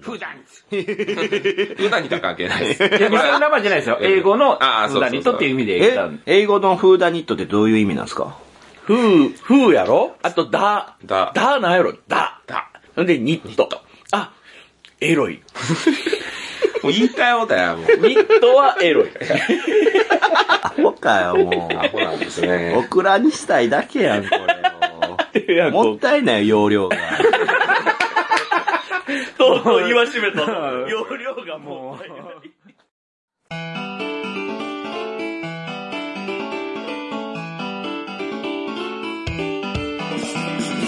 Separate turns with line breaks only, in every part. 普段
普段にとは関係ないで
い
す。
や、別に生じゃないですよ。英語の
ああ
普
そうそうそう
段にとっていう意味で言っ
え
たんで。
英語のフーダニットってどういう意味なんですか
ふう、ふうやろあと、だ。
だ
だなんやろだ。
だ。
ほんで、ニット。あ、エロい。
もう言いたいことや、もう。
ニットはエロい。
アホかよ、も
アホなんです
う。 オ
ね。
クラにしたいだけやん、こ
い
れ
や
を。もったいないよ、容量が。
とうとう言わしめた。容量がも
は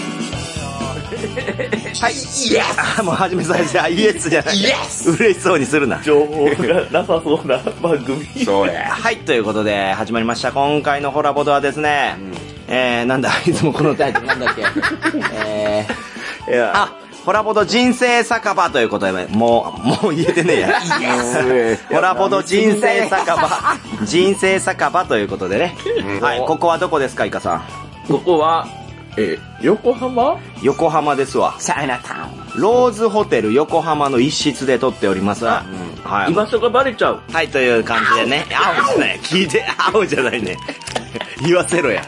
い、イエス もう始めさせた。イエスじゃない。イエス嬉しそうにするな
う、。情報がなさそうな番組。
そうや。
はい、ということで、始まりました。今回のホラボドはですね、えー、なんだ、 いつもこのタイトルなん だっけ。えー、
いや、
あ、ホラボド人生酒場ということで、もう、もう言えてねえや。ホラボド人生酒場、人生酒場ということでね。はい、ここはどこですか、イカさん。
ここは、えー、横浜
横浜ですわ。
チャイナタウン。
ローズホテル横浜の一室で撮っております。はい
居。場所がバレちゃう。
はい、という感じでね。青じゃない。聞いて、青じゃないね。言わせろや。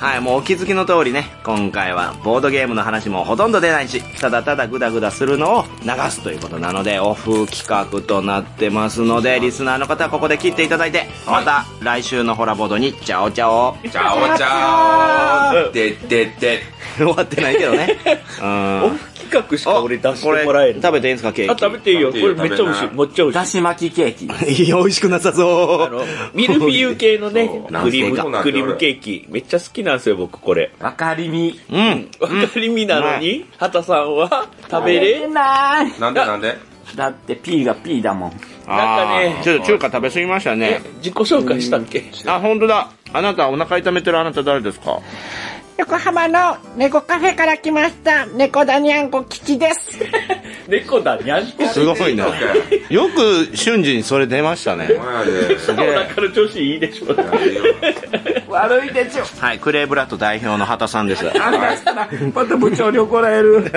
はい、もうお気づきの通りね、今回はボードゲームの話もほとんど出ないし、ただただグダグダするのを流すということなので、オフ企画となってますので、リスナーの方はここで切っていただいて、また来週のホラボードに、チャオチャオ。
ちゃおちゃおででで。
終わってないけどね。うん。
オフ企画しか俺出してもらえ
れ
る。
食べていいんですか、ケ
あ、
ーキ。
食べていいよ。こ
食べて
れ
いいよ
めっちゃ美味しい。
食べな
めっちゃ美味しい
だ。し巻きケーキ。
いや、美味しくなさそ
あの、ミルフィーユ系のね
そう、
クリ
なん
ー
すか
ム、クリームケーキ。めっちゃ好きなんですよ、僕これ。
わかりみ。
う。うん。
わかりみなのに、畑さんは食べれな
な
ん
い。
なんでなんで
だって P が P だもん。
かね、
ちょっと中華食べ過ぎましたね。
自己紹介したっけ
あ、本当だ。あなた、お腹痛めてるあなた誰ですか
横浜の猫カフェから来ました、猫だにゃんこ吉です。
猫だにゃんこ。
すごいな。 よく瞬時にそれ出ましたね。
お前で。
お腹の調子いいでしょ。
悪いでしょ。
はい、クレーブラッド代表の畑さんです。
あんたしたら、また部長に怒られる。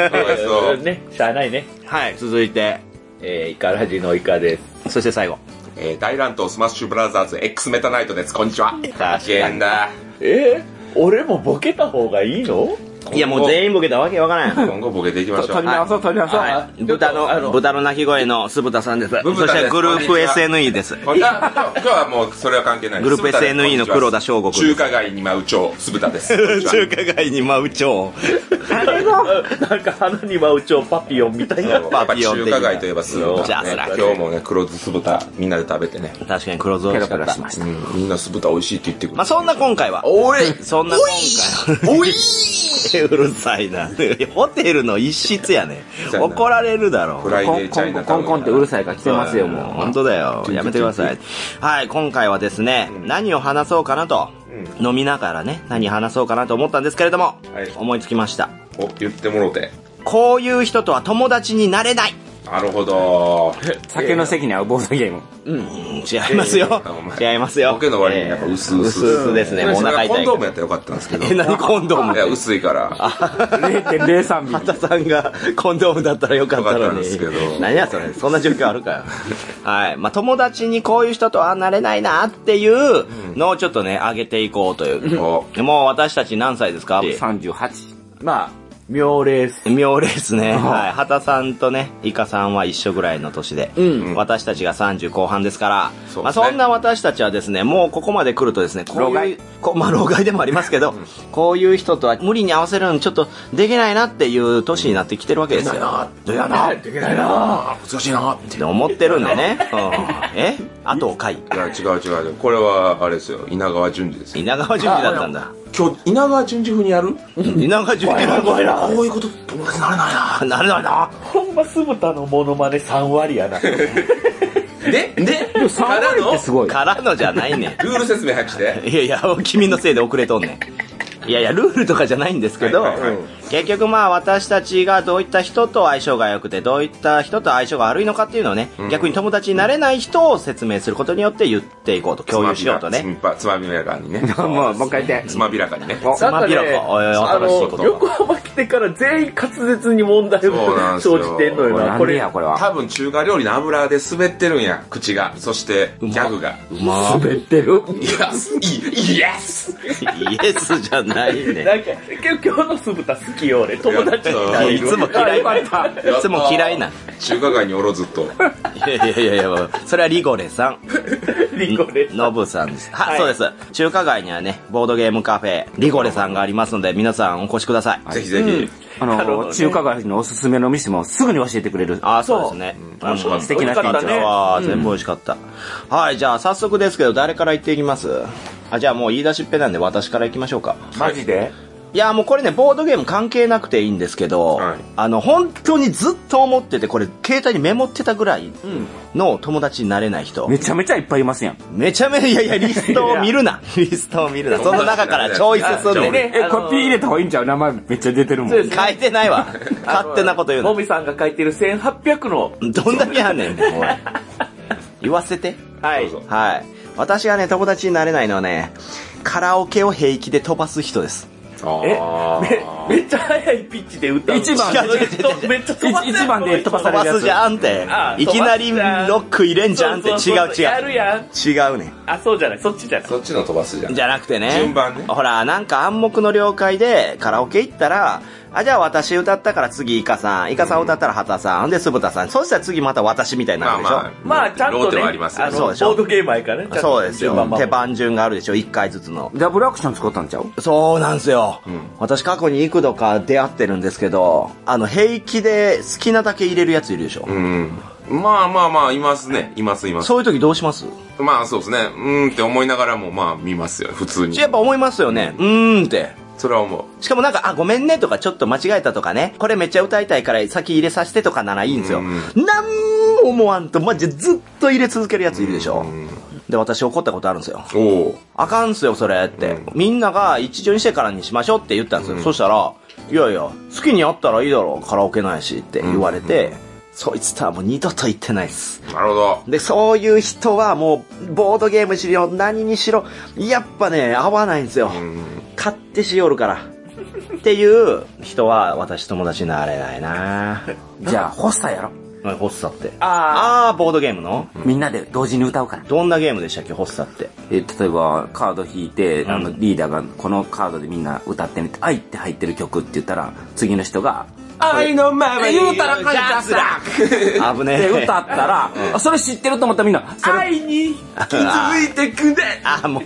そう
ね、しゃあないね。
はい、続いて、
えー、イカラジのイカです。
そして最後。
えー大乱闘スマッシュブラザーズ X メタナイトです。こんにちは。
かに
ゲンだ。
えー、俺もボケた方がいいの
いや、もう全員ボケたわけわからんやん。
今後ボケていきましょ
取り
う。
直そう、取り直そう。
はい、豚の、豚の鳴き声の酢豚さんです。
豚です
そしてグループ
こんにちは
SNE です。
こんな今日はもうそれは関係ない
グループ SNE の黒田
翔
翔吾
中
君です。
華街に舞う蝶、酢豚 です。こんにちは
華街に舞う蝶。
なんか花に舞う蝶パピヨンみた いな。
やっぱ中華街といえば酢豚、
じゃあそら
ね、今日もね黒酢豚みんなで食べてね、
確かに黒酢美
ペ
味
ロペ
しかっ
ロ
た
し。まし
う
た。
ん、みんな酢豚美味しいって言ってくる
まあ、そんな今回は。
おい
そんな今回は。
おいう
るさいな。ホテルの一室やね。怒られるだろ
フライデ
コン
ーチ
コ
ャイナ
ン
タ
コ
ウ
ン
ン
コンってうるさいから来てますよ、もう。
本当だよ。やめてください。はい、今回はですね、何を話そうかなと、飲みながらね、何話そうかなと思ったんですけれども、
はい
思いつきました。
お言ってもろて
こういう人とは友達になれない。
なるほど
酒の席に合うボードゲーム。
うん違いますよ。違いますよ。
ボケの割になんか薄々
えー薄々ですね。もうお
それ
腹
は
痛
コン
い
ドー。ムやったらよかったんですけど
え、何コンドーム
いや薄いから
0.03ミリ。
田さんがコンドームだったらよかったの
よかったん
に
ですけど。
何やそれ。そんな状況あ るかよ。はい。まあ、友達にこういう人とはなれないなっていうのをちょっとね、上げていこうという。
お
もう私たち何歳ですか
38。
まあ、妙齢っす。
妙齢ですね。はい。畑さんとね、イカさんは一緒ぐらいの年で。
うん
私たちが30後半ですから。
そうですね
まあ、そんな私たちはですね、もうここまで来るとですね、こういう
老害
こうまあ、老害でもありますけど、こういう人とは無理に合わせるのちょっとできないなっていう年になってきてるわけですよ。
どうやなできないな難しいな
って思ってるんでね。うん、えあとを書い。
いや違う違うこれはあれですよ稲川淳二ですよ
稲川淳二だったんだ。
今日稲川淳二風にやる
稲川淳二だったんだ。
こういうこと友達になれないな
なるほど。
ほんま酢豚のモノマネ3割やな。
でで
3
ただ
割っ
の
てすごい。
からのじゃないね
ルール説明早くして
ん。いやいや、君のせいで遅れとんねん。いやいや、ルールとかじゃないんですけど、
はいはいはい
結局まあ私たちがどういった人と相性が良くて、どういった人と相性が悪いのかっていうのをね、逆に友達になれない人を説明することによって言っていこうと、 共有しようとね。
つまびらかにね。
もう、もう一回言って。
つまびらかにね。
お
なんかね、
まあピロコおいおい
あ
新しいこと
の、横浜来てから全員滑舌に問題
そうなん
が
ですよ
生じてんのよな。
なん
こ
で
れ、
や、これは。
多分中華料理の油で滑ってるんや、口が。そして、ギャグが。
うまー
滑ってる。
イエスイエス
イエスじゃない
な
ね。
んか、今日の酢豚好きよ、俺。友達になる
いつも嫌いな。いつも嫌いな。い
中華街におろずっと。
やいやいやいや、それはリゴレさん。
リコレ。
ノブさんです。は、
はいい
そうです。中華街にはね、ボードゲームカフェ、リゴレさんがありますので、皆さんお越しください。
ぜひぜひ。
あ
なるほど
の、
ね
中華街のおすすめの店もすぐに教えてくれる。
ああ、そうですね。あの
素敵な店
美味しかったね
長。
ああ、全部美味しかった。はい、じゃあ早速ですけど、誰から言っていきますあ、じゃあもう言い出しっぺなんで私から行きましょうか。
マジで
いや、もうこれね、ボードゲーム関係なくていいんですけど、
はい
あの、本当にずっと思ってて、これ携帯にメモってたぐらいの友達になれない人。
めちゃめちゃいっぱいいますやん。
めちゃめちゃ、いやいや、リストを見るな。リストを見るな。その中からチョイスすんねん。
ね
え、
あの
コピー入れた方がいいんちゃう名前めっちゃ出てるもん。
そうです
書いてないわ。勝手なこと言う
も
の。
みさんが書いてる1800の。
どんだけやねん、おい。言わせて。
はい。
どうぞ
はい。私がね、友達になれないのはね、カラオケを平気で飛ばす人です。
え
あー
めめっちゃ速いピッチで歌う。
一番
めっちゃめっちゃ飛ばすやん
一番で飛ばさ
飛
れる
ば
や
す
つ
じゃんって
あ。
いきなり
飛
ロ
ばすじゃん
ック入れんじゃんって。違
そ
う
うそうそうや
違う。
るやん。
違うねん。
あ、そうじゃない。そっちじゃない。
そっちの飛ばすじゃん。
じゃなくてね。
順番ね
ほら、なんか暗黙の了解でカラオケ行ったら、あ、じゃあ私歌ったから次イカさん。イカさん歌ったら畑さん。ほんで、酢豚さん。そしたら次また私みたいにな
まあ
るでしょ。
まあ。
まあ、ちゃん
ロー
と
テ
ね、
はありますよ
あの、
そう
ボ
でしょ
ードゲーマーやからね。ちゃんと
そうです
順番
よ。
守
手
る
番順があるでしょ、1回ずつの。
ダブルアクション使ったんちゃう
そうなんですよ。私過去に幾度か出会ってるんですけど、あの、平気で好きなだけ入れるやついるでしょ。
うん。まあまあまあ、いますね。いますいます。
そういう時どうします
まあそうですね。うーんって思いながらも、まあ見ますよ。普通に
や。っぱ思いますよね。うーんって。
それは思う。
しかもなんか、あ、ごめんねとか、ちょっと間違えたとかね、これめっちゃ歌いたいから先入れさせてとかならいいんですよ。なんも思わんと、マジでずっと入れ続けるやついるでしょ。で、私怒ったことあるんですよ。
おお。
あかんっすよ、それって、みんなが一助にしてからにしましょうって言ったんですよ。そしたら、いやいや、好きにやったらいいだろ、カラオケないしって言われて、そいつとはもう二度と行ってないっす。
なるほど。
で、そういう人はもう、ボードゲームしろ、何にしろ、やっぱね、合わないんですよ。
うん。
買ってしよるから。っていう人は、私友達になれないな
じゃあ、ホッサやろ。
おいホッサって。
あ
あー、ボードゲームの
みんなで同時に歌うから。
どんなゲームでしたっけ、ホッサって。
えー例えばカード引いて、あの
うん
リーダーがこのカードでみんな歌ってみて「愛」って入ってる曲って言ったら次の人が「愛のまま言うたらかじゃすら」
危ね
って
え。
歌ったら、あそれ知ってると思ったらみんな「そ
あ、
れ
愛に気づいてくれ。
あー、もう。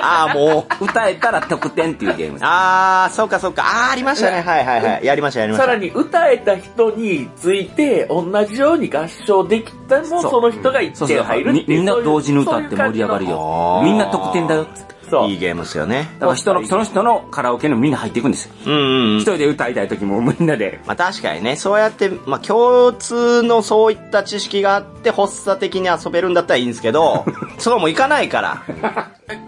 あー、もう。
歌えたら得点」っていうゲームです
あー、そうかそうか。あー、ありましたね。はいはいはい。やりました、やりまし
さ
た。
らに歌えた人について同じように合唱できても
そう
その人が1点入るってい
み
う
みんな
そういう
同時に歌って盛り上がる
そ
よ
ういう感
あー
みんな得点だよっつって
じのそう
いいゲームっすよね。
だから人のその人のカラオケにもみんな入っていくんですよ
うんうんう
一
ん。
人で歌いたい時もみんなで
まあ確かにね、そうやって、まあ共通のそういった知識があって、発作的に遊べるんだったらいいんですけ ど、そうもいかないから。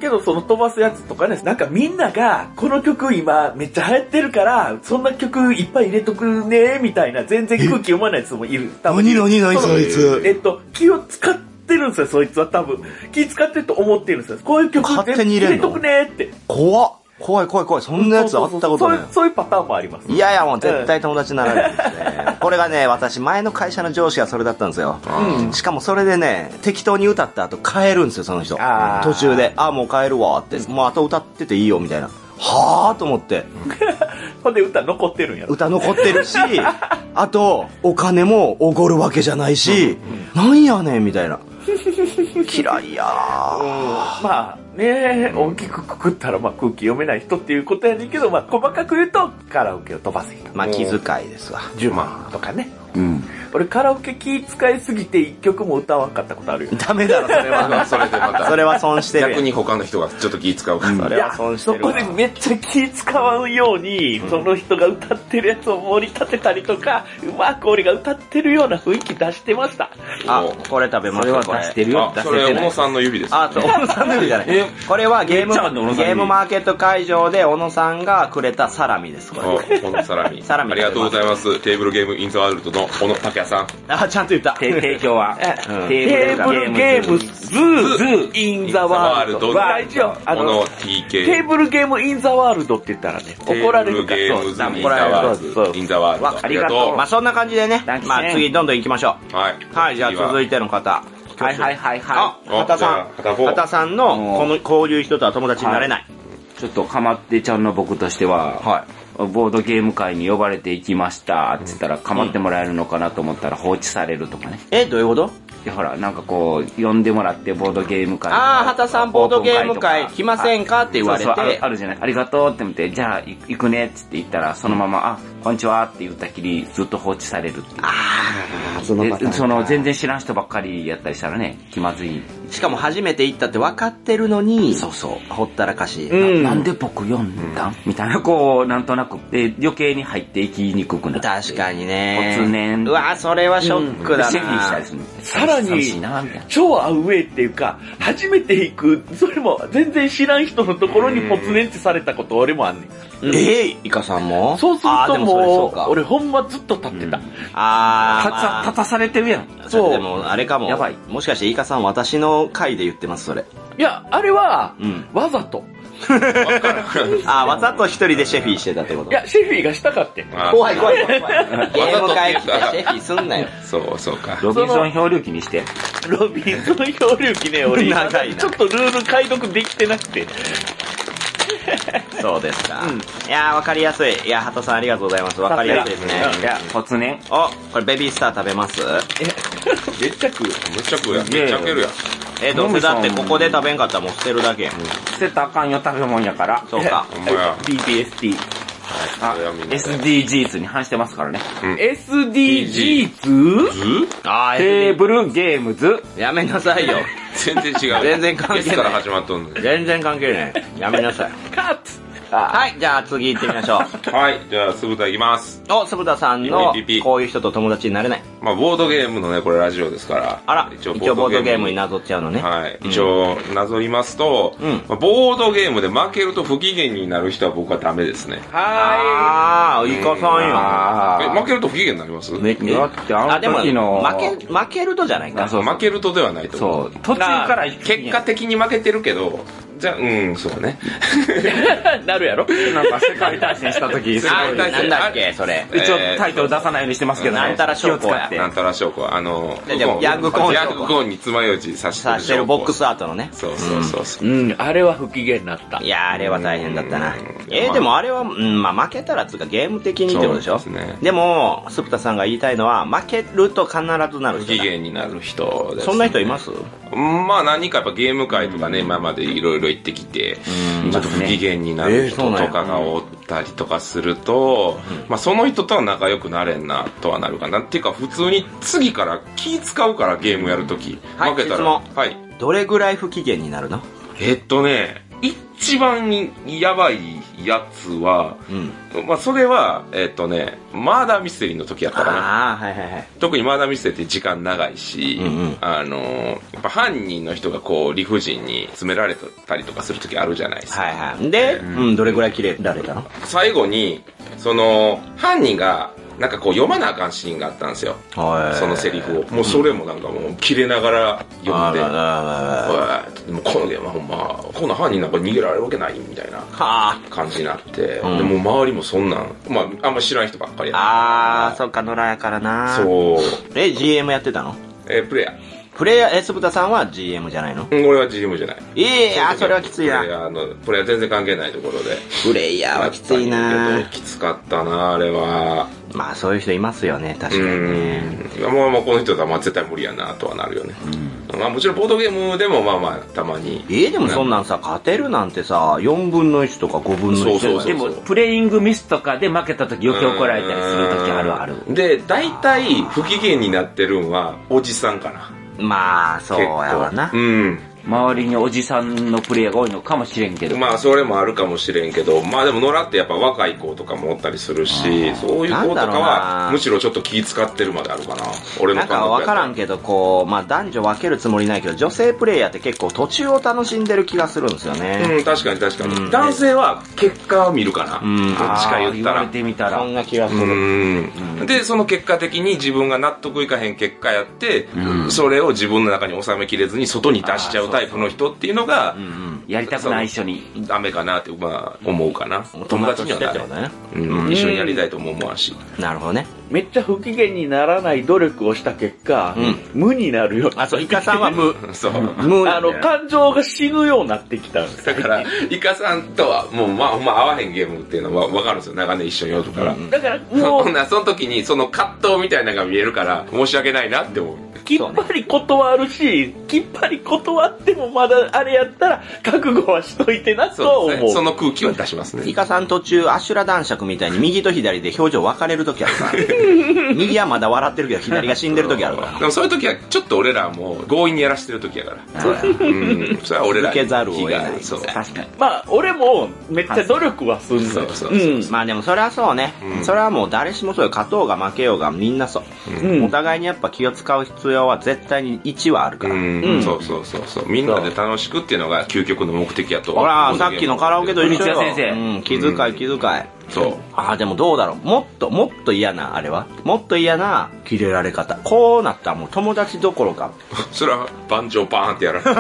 けどその飛ばすやつとかね、なんかみんなが、この曲今めっちゃ流行ってるから、そんな曲いっぱい入れとくねみたいな、全然空気読まないやつもいる。多分
何何
そ
いつ。
えっと、気を使ってるんですよ、そいつは多分。気使ってると思ってるんですよ。こういう曲
勝手に入れ
全
んの
部入れとくねって。
怖っ。怖い怖い怖い。そんなやつ
そ
あ
うそ
っ
う
た
そう
ことない
そういう。そういうパターンもあります。
いやいや、もう絶対友達にならないですね。これがね、私、前の会社の上司がそれだったんですよ。しかもそれでね、適当に歌った後変えるんですよ、その人。
あー
途中で、あ、もう変えるわって、もう後歌ってていいよ、みたいな。はぁと思って、
ほんで歌残ってるんやろ。
歌残ってるし、あと、お金もおごるわけじゃないし、なんやねん、みたいな。嫌いやー
まあね、大きくくくったらまあ空気読めない人っていうことやねんけど、まあ細かく言うとカラオケを飛ばす人。
まあ、気遣いですわ。
10万とかね。
うん
俺カラオケ気使いすぎて一曲も歌わんかったことあるよ。
ダメだろ、そ れ
あの
は。
それでまた。
それは損してるや
逆
ん。
に他の人がちょっと気使うから。
それは損して
そ
るわ
こでめっちゃ気使わんように、その人が歌ってるやつを盛り立てたりとか、うまく俺が歌ってるような雰囲気出してました。
あ、これ食べま
それ
す
は
か、
出
これ。
してるよ
あ、それ、小野さんの指です。
あ、そう、小野さんの指じゃない。これはゲーム、
めっちゃあんの小野さんの
ゲ
指
ームマーケット会場で小野さんがくれたサラミです、これ。
あ小野サラミ。
サラミ
ありがとうございます。テーブルゲームインザワールドの小野拓也さん。
あ、ちゃんと 言った。
て提供は、
ん
テーブルゲームズー、ズー、インザワールド。
ザワ
大事よ。あ
この
の、テ
TK。
ーブルゲームインザワールドって言ったらね、怒られるか
テーブ
ら。
ルゲームズ
そう
インザワ
そうそ
ー
う
ルド。インザワールド。
わ
ありが
ありが
と
まあそんな感じでね
ランキ。ン
まあ次どんどん行きましょ
う。はい。
う。はい、じゃあ続いての方。
はいはいはい
あ
は、
お
畑さん。
じゃあ畑坊
畑さんの、この、こういう人とは友達になれない。
い。ちょっとかまってちゃんの僕としては、
は
ボードゲーム会に呼ばれて行きましたって言ったら、かまってもらえるのかなと思ったら放置されるとかね。
え、どういうこと
いやほら、なんかこう、呼んでもらってボードゲーム会とか。
あー、畑さんボードゲーム会来ません
か
かって言われ
そうそうある
て
あ。るじゃない。ありがとうって思って、じゃあい行くねっつって言ったら、そのまま、あ、こんにちはって言ったきりずっと放置されるっていう。
あーそパター
で
ン
その全然知らん人ばっかりやったりしたらね、気まずい。
しかも初めて行ったって分かってるのに、
そうそう。
ほったらかし。
ななんで僕読んだんみたいな、こう、なんとなく、で、余計に入っていきにくくなって。
確かにね。
おつねん
うわ、それはショック
で
だ
シェフにした
な
り。するの
さらに
寂しいな、みたいな。
超アウェーっていうか、初めて行く、それも全然知らん人のところにポツネンチされたこと俺もあんねん。
うんえいイカさんも
そうする
あー
と
でもそれそ
も
う
う
か、
俺ほんまずっと立ってた。
あー、
立
ま
た、
あ
立たされてるやん。
それ
そう
でも、あれかも。
やばい
もしかして、イカさん、私の回で言ってます、それ。
いや、あれは
うん、
わざと。
あー、わざと一人でシェフィーしてたってこと
い。や、シェフィーがしたかってん。
あ
怖い怖い 怖い怖い。ゲーム会来てシ
わざとってい
ェ
う
フィーすんなよ。
そう、そうか。
ロビンソン漂流記にして。
ロビンソン漂流記ね、俺。
長いな
ちょっとルール解読できてなくて。
そうですか。いやー、わかりやすい。いや、ハトさんありがとうございます。わかりやすいですね。
いや、突然。
お、これベビースター食べます
めっちゃ食う。
むっちゃ食うやん。
すげえ
めっちゃ食えるやん。
え、どうせだってここで食べんかったらもう捨てるだけやん。
捨てたらあかんよ、食べ物やから。
そうか。
ほんまや。
PPST。
あ
あ
それはみん、な
SDGs に反してますからね。
SDGs?
あー、
テーブルゲームズ。
やめなさいよ。
全然違う。
全然関係ない
ですから始まっとんのに
全然関係ない。やめなさい。
カッツ
はい、じゃあ次行ってみましょう。
はい、じゃあ、酢豚いきます。
お、酢豚さんの
ピピピ、
こういう人と友達になれない。
まあ、ボードゲームのね、これラジオですから。
あら、一応ボードゲームになぞっちゃうのね。
はい。一応、なぞりますと、
うん
まあボードゲームで負けると不機嫌になる人は僕はダメですね。
は
あー、イカさ
あ
え、
ー。
負けると不機嫌になります
んよ。
だってあの
あ、でも、
時の
負け、負けるとじゃないか
あ。そう
負けるとではないと思
そう。途中から行く
結果的に負けてるけど、じゃあ、うん、そうね。
ーい。なるやろ
なんか世界大戦した時、すごい。
あなんだっけ、それ。
一応タイトル出さないようにしてますけどね。
なんたら
気
将
を
校
使
や
って。
なんたら証拠は、あの、
ででもヤングコーン
ヤングコーンに爪楊枝刺してる
さしてるボック
ス。
スアートのね。
そうそうそうそう。
うん、あれは不機嫌になった
い。やー、あれは大変だったな
うん。
えー、でもあれは、うん、まあ負けたらつうかゲーム的にってことでしょ
そうですね
でも、スプタさんが言いたいのは、負けると必ずなる
不
人
機
だ。
嫌になる人です、
そんな人います
うんまあ何人かやっぱゲーム会とかね、今までいろいろ行ってきて、
うん
ちょっと不機嫌になる人
えーそうなんや
とかがおったりとかすると、まあその人とは仲良くなれんなとはなるかな。っていうか普通に次から気使うからゲームやるとき、
はい
負けた
質
ら。
問
はい。
どれぐらい不機嫌になるの
えっとね、一番やばいやつは、
うん。
まあそれは、えっとね、マーダーミステリーの時やったかな。
ああ、はいはいはい。
特にマーダーミステリーって時間長いし、
うんうん
あのー、やっぱ犯人の人がこう理不尽に詰められたりとかする時あるじゃないですか。
はいはい。で、うん、どれぐらい切れられたの
最後に、その、犯人が、なんかこう読まなあかんシーンがあったんですよ。そ
そ
のセリフを。もうそれもなんかもう切れながら読んで、
は
おいもうこのゲームはほんま、こんな犯人なんか逃げられるわけないみたいな
あ。
感じになって、
うん
でもう周りもそんなん、まああんま知らん人ばっかりや
ああ、そっか、野良やからな。
そう。
え、GM やってたの
えープレイヤー。
プレイヤー、エスブタさんは GM じゃないの
うん俺は GM じゃない。
いやー、それはきつ
プレ
い
イ
な。
ヤーの、プレイヤー全然関係ないところで。
プレイヤーはきつい
やったんや
な
けどきつかったな、あれは。
まあ、そういう人いますよね、確
う
かにね。
ん。まあまあ、この人とはまあ絶対無理やな、とはなるよね。まあもちろんボードゲームでもまあまあ、たまに。
えー、でもそんなんさ、勝てるなんてさ、4分の1とか5分の
そう
1
そうそう
でも、プレイングミスとかで負けた時余計怒られたりする時あるある。
で、大体、不機嫌になってるんは、おじさんかな。
まあ、そうやわな。
うん。
周りにおじさんのプレイヤーが多いのかもしれんけど。
まあ、それもあるかもしれんけど、まあでも、野良ってやっぱ若い子とかもおったりするし、そういう子と
なんだ
か
ろうな
は、むしろちょっと気使ってるまであるかな。俺の
なんか分からんけど、こう、まあ男女分けるつもりないけど、女性プレイヤーって結構途中を楽しんでる気がするんですよね。
うん、確かに確かに。
うん
男性は結果を見るかな。
ん
どっちか言った
あー言われ
ら。
てみたら。
そんな気がする。
うんで、その結果的に自分が納得いかへん結果やって、それを自分の中に収めきれずに外に出しちゃうタイプの人っていうのが、
やりたくない一緒に。
ダメかなって、まあ、思うかな。友
友
達
達
に
に
は
は
な
な
れ
る
ん
ほどね。
うん、一緒にやりたいとも思わんし。
なるほどね。
めっちゃ不機嫌にならない努力をした結果、無になるようにな
あ、
って
そう、イカさんは無。
そう。
無。
あの、感情が死ぬようになってきたんです
だから、イカさんとは、もう、まあ、ほんま合わへんゲームっていうのはわかるんですよ。長年一緒におるから。
だからも
そん
う、
な、その時に、その葛藤みたいなのが見えるから、申し訳ないなって思う。
きっぱり断るし、きっぱり断ってもまだあれやったら、覚悟はしといてなとは
そうです
思
ね。
う。
その空気は出しますね
イ。カさん途中、アシュラ男爵みたいに右と左で表情分かれる時あるか ら。右はまだ笑ってるけど、左が死んでる時あるから。
でもそういう時はちょっと俺らも強引にやらしてる時やからうんそれは俺ら
受けざるを得
気があ
ない
るそう
確かに。
まあ、俺もめっちゃ努力はすんの
そう
よ。
そう
うん。
まあでもそれはそうね。
うん
それはもう誰しもそうよ。勝とうが負けようがみんなそう。
うん
お互いにやっぱ気を使う必要は絶対に1はあるから。
うんそうそうそうそうみんなで楽しくっていうのが究極の目的やと
ほら、さっきのカラオケと一緒よ。
三ツ矢先生
うん、気遣い気遣い。
そう
ああ、でもどうだろう。もっと、もっと嫌な、あれは。もっと嫌な、切れられ方。こうなったらもう友達どころか。
それは盤上バーンってやられる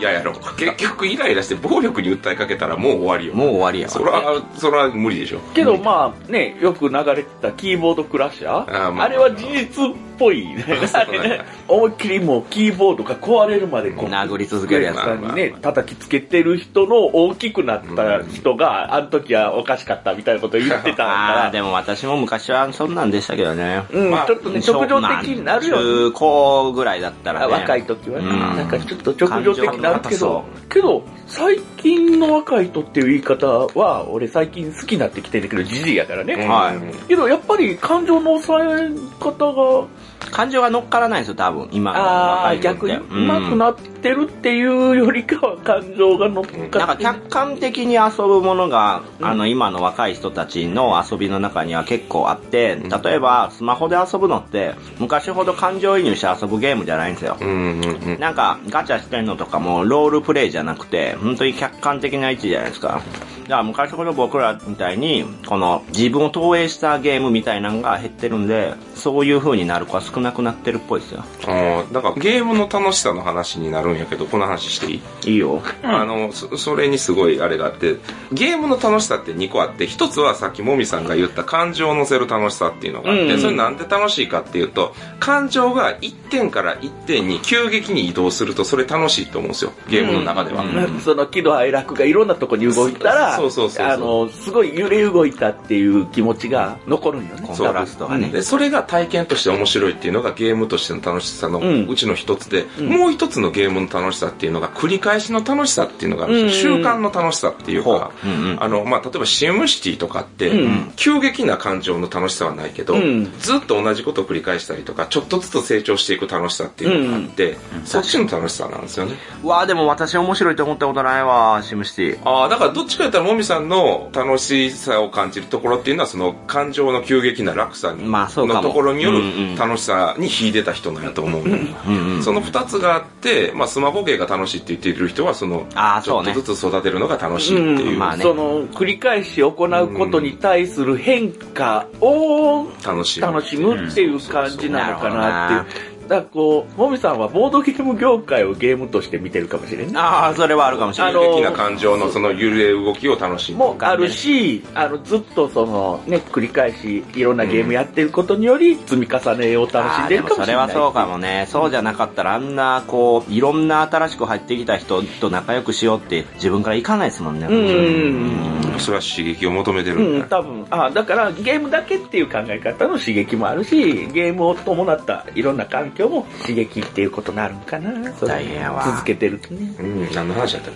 いややろ結局イライラして暴力に訴えかけたらもう終わりよ
もう終わりや
そ
わ。
れはそれは無理でしょ
けどまあね、よく流れてたキーボードクラッシャー
あ
あ
ーまあ
れは事実っぽいね。
そ
あ
うなんや
れね、 思いっきりもうキーボードが壊れるまでこう。
殴り続けるやつ。
まあ
さんにね、叩きつけてる人の大きくなった人が、あの時はおかしかったみたいなこと言ってた
ああ、
か
でも私も昔はそんなんでしたけどね。
ら、うん、
まあ
ちょっとね、直情的になるよ、
中高ぐらいだったら
あ
ね。
若い時はね、
うん
なんかちょっと直情的になるけ
感情の
ど、けど、最近の若い人っていう言い方は、俺最近好きになってきてるけど、じじいやからね。
はい
けど、やっぱり感情の抑え方が、
感情が乗っからないんですよ、多分。今の
あ
若
あ、
い人って
逆にう
うん
まくなってるっていうよりかは感情が乗っ
な
か
んか
って
客観的に遊ぶものが、あの、今の若い人たちの遊びの中には結構あって、例えば、スマホで遊ぶのって、昔ほど感情移入して遊ぶゲームじゃないんですよ
う。んうんうん
なんか、ガチャしてんのとかも、ロールプレイじゃなくて、本当に客観的な位置じゃないですか。だから昔ほど僕らみたいに、この、自分を投影したゲームみたいなのが減ってるんで、そういう風になる子は少なくなってるっぽいですよ。
あーなんかゲームの楽しさの話になるんやけどこの話していい
いいよ。
あのそそれにすごいあれがあってゲームの楽しさって2個あって1つはさっきもみさんが言った感情を乗せる楽しさっていうのがあって、
うんうん
それなんで楽しいかっていうと感情が1点から1点に急激に移動するとそれ楽しいと思うんですよゲームの中では、
うん
なんかその喜怒哀楽がいろんなとこに動いたら、
そうそうそうそう
あの、すごい揺れ動いたっていう気持ちが残るんよね。
コントラストがね。
でそれが体験として面白いっていうのがゲームとしての楽しさの
うん
うちの一つで、もう一つのゲームの楽しさっていうのが繰り返しの楽しさっていうのがあるんですよ、
うんうん
習慣の楽しさっていうか、
ほううんうん
あのまあ、例えばシムシティとかって、
うん
急激な感情の楽しさはないけど、
うん
ずっと同じことを繰り返したりとかちょっとずつ成長していく楽しさっていうのがあって、そっちの楽しさなんですよね。
わあでも私面白いと思ったことないわシムシティ。
ああ、だからどっちかやったらもみさんの楽しさを感じるところっていうのはその感情の急激な落差に
まあそうかも
のところによ
うんうん
る楽しさに秀でた人なんやと思うのよ、
うんうん
その二つがあって、まあスマホ芸が楽しいって言っている人はその
あー
ちょ
そう
っ
ね
とずつ育てるのが楽しいっていう、
うん、
まあね
その、繰り返し行うことに対する変化を
楽しい。
楽しむっていう感じなのかなっていう。だからこう、もみさんはボードゲーム業界をゲームとして見てるかもしれんね。
ああ、それはあるかもしれな
あ
い。
の
的な感情のその揺れ動きを楽しむ。
もあるし、あの、ずっとその、ね、繰り返し、いろんなゲームやってることにより、積み重ねを楽しんでるかもしれな。
あーでもそれはいそうかもね。そうじゃなかったら、あんな、こう、いろんな新しく入ってきた人と仲良くしようって、自分からいかないですもんね。
うんうん
それは刺激を求めてる
うんん、う
だ
ん、。多分。あだから、ゲームだけっていう考え方の刺激もあるし、ゲームを伴ったいろんな環境も刺激っていうことになるんかな。それ
大変やわ
続けてるとね。
うん、何の話だったっ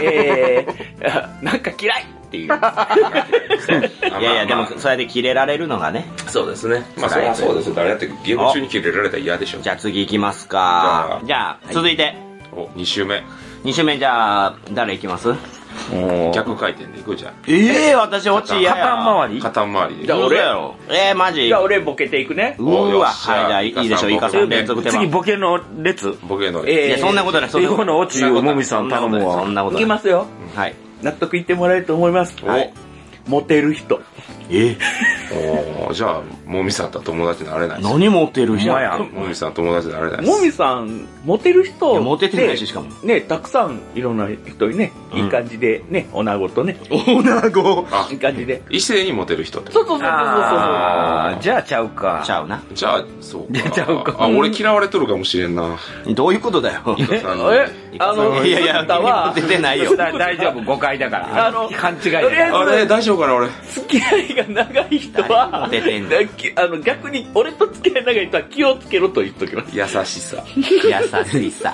えーあ、なんか嫌いって いう。
けあ
いやいや、で
まあ
も、そうやってキレられるのがね。
そうですね。まあ、それはそうですよ。誰だってゲーム中にキレられたら嫌でしょ。
じゃあ次行きますか。じ
じ
ゃあ、続いて、
お、2周目。
2週目じゃあ、誰行きます
逆回転でいくじゃん。
ええ私落ち嫌や。
肩回り
肩回りで。
じゃあ俺や
ろ。えー、マジ
じゃあ、俺ボケていくね。
うー
よ
わ、
っしゃ
はい、じゃあ、いいでしょう、イ
イ
カ
カ
さ
さ
ん
ん
連続手
次
番。
ボケの列
ボケの。
いや、そんなことない、そん
英
なこ
語
とない。
のオチをもみさん頼む
そん
わ
なこと
い
ない。
きますよ。
はい。
納得いってもらえると思います。
お、はい、
モテる人。
え
おーじゃあ、もみさんとは友達になれないし。
何持ってる人
ほんま や
もみさんと友達になれないし
もみさん、モテる人
いやモテてないししかも
ね、たくさんいろんな人にね、いい感じでね、おなごとね、
おなご。
あ
いい、感じで。
異性にモテる人って
そうそうそうそうそう。
あーじゃあちゃうか
ちゃうな。
じゃあ、そう
いや
か。
ちゃうか
あ、俺嫌われとるかもしれんな。
どういうことだよ。
イカさんに
え、あの、
いやいや
スッタは
出、てないよ。
だ 大丈夫誤解だから
あの
勘違い
と
だ
りあえず
あれ、大丈夫かな、俺。
付き合いが長い人は、
出てんの
だきあの逆に、俺と付き合い長い人は気をつけろと言っと きます。
優しさ。
優しさ。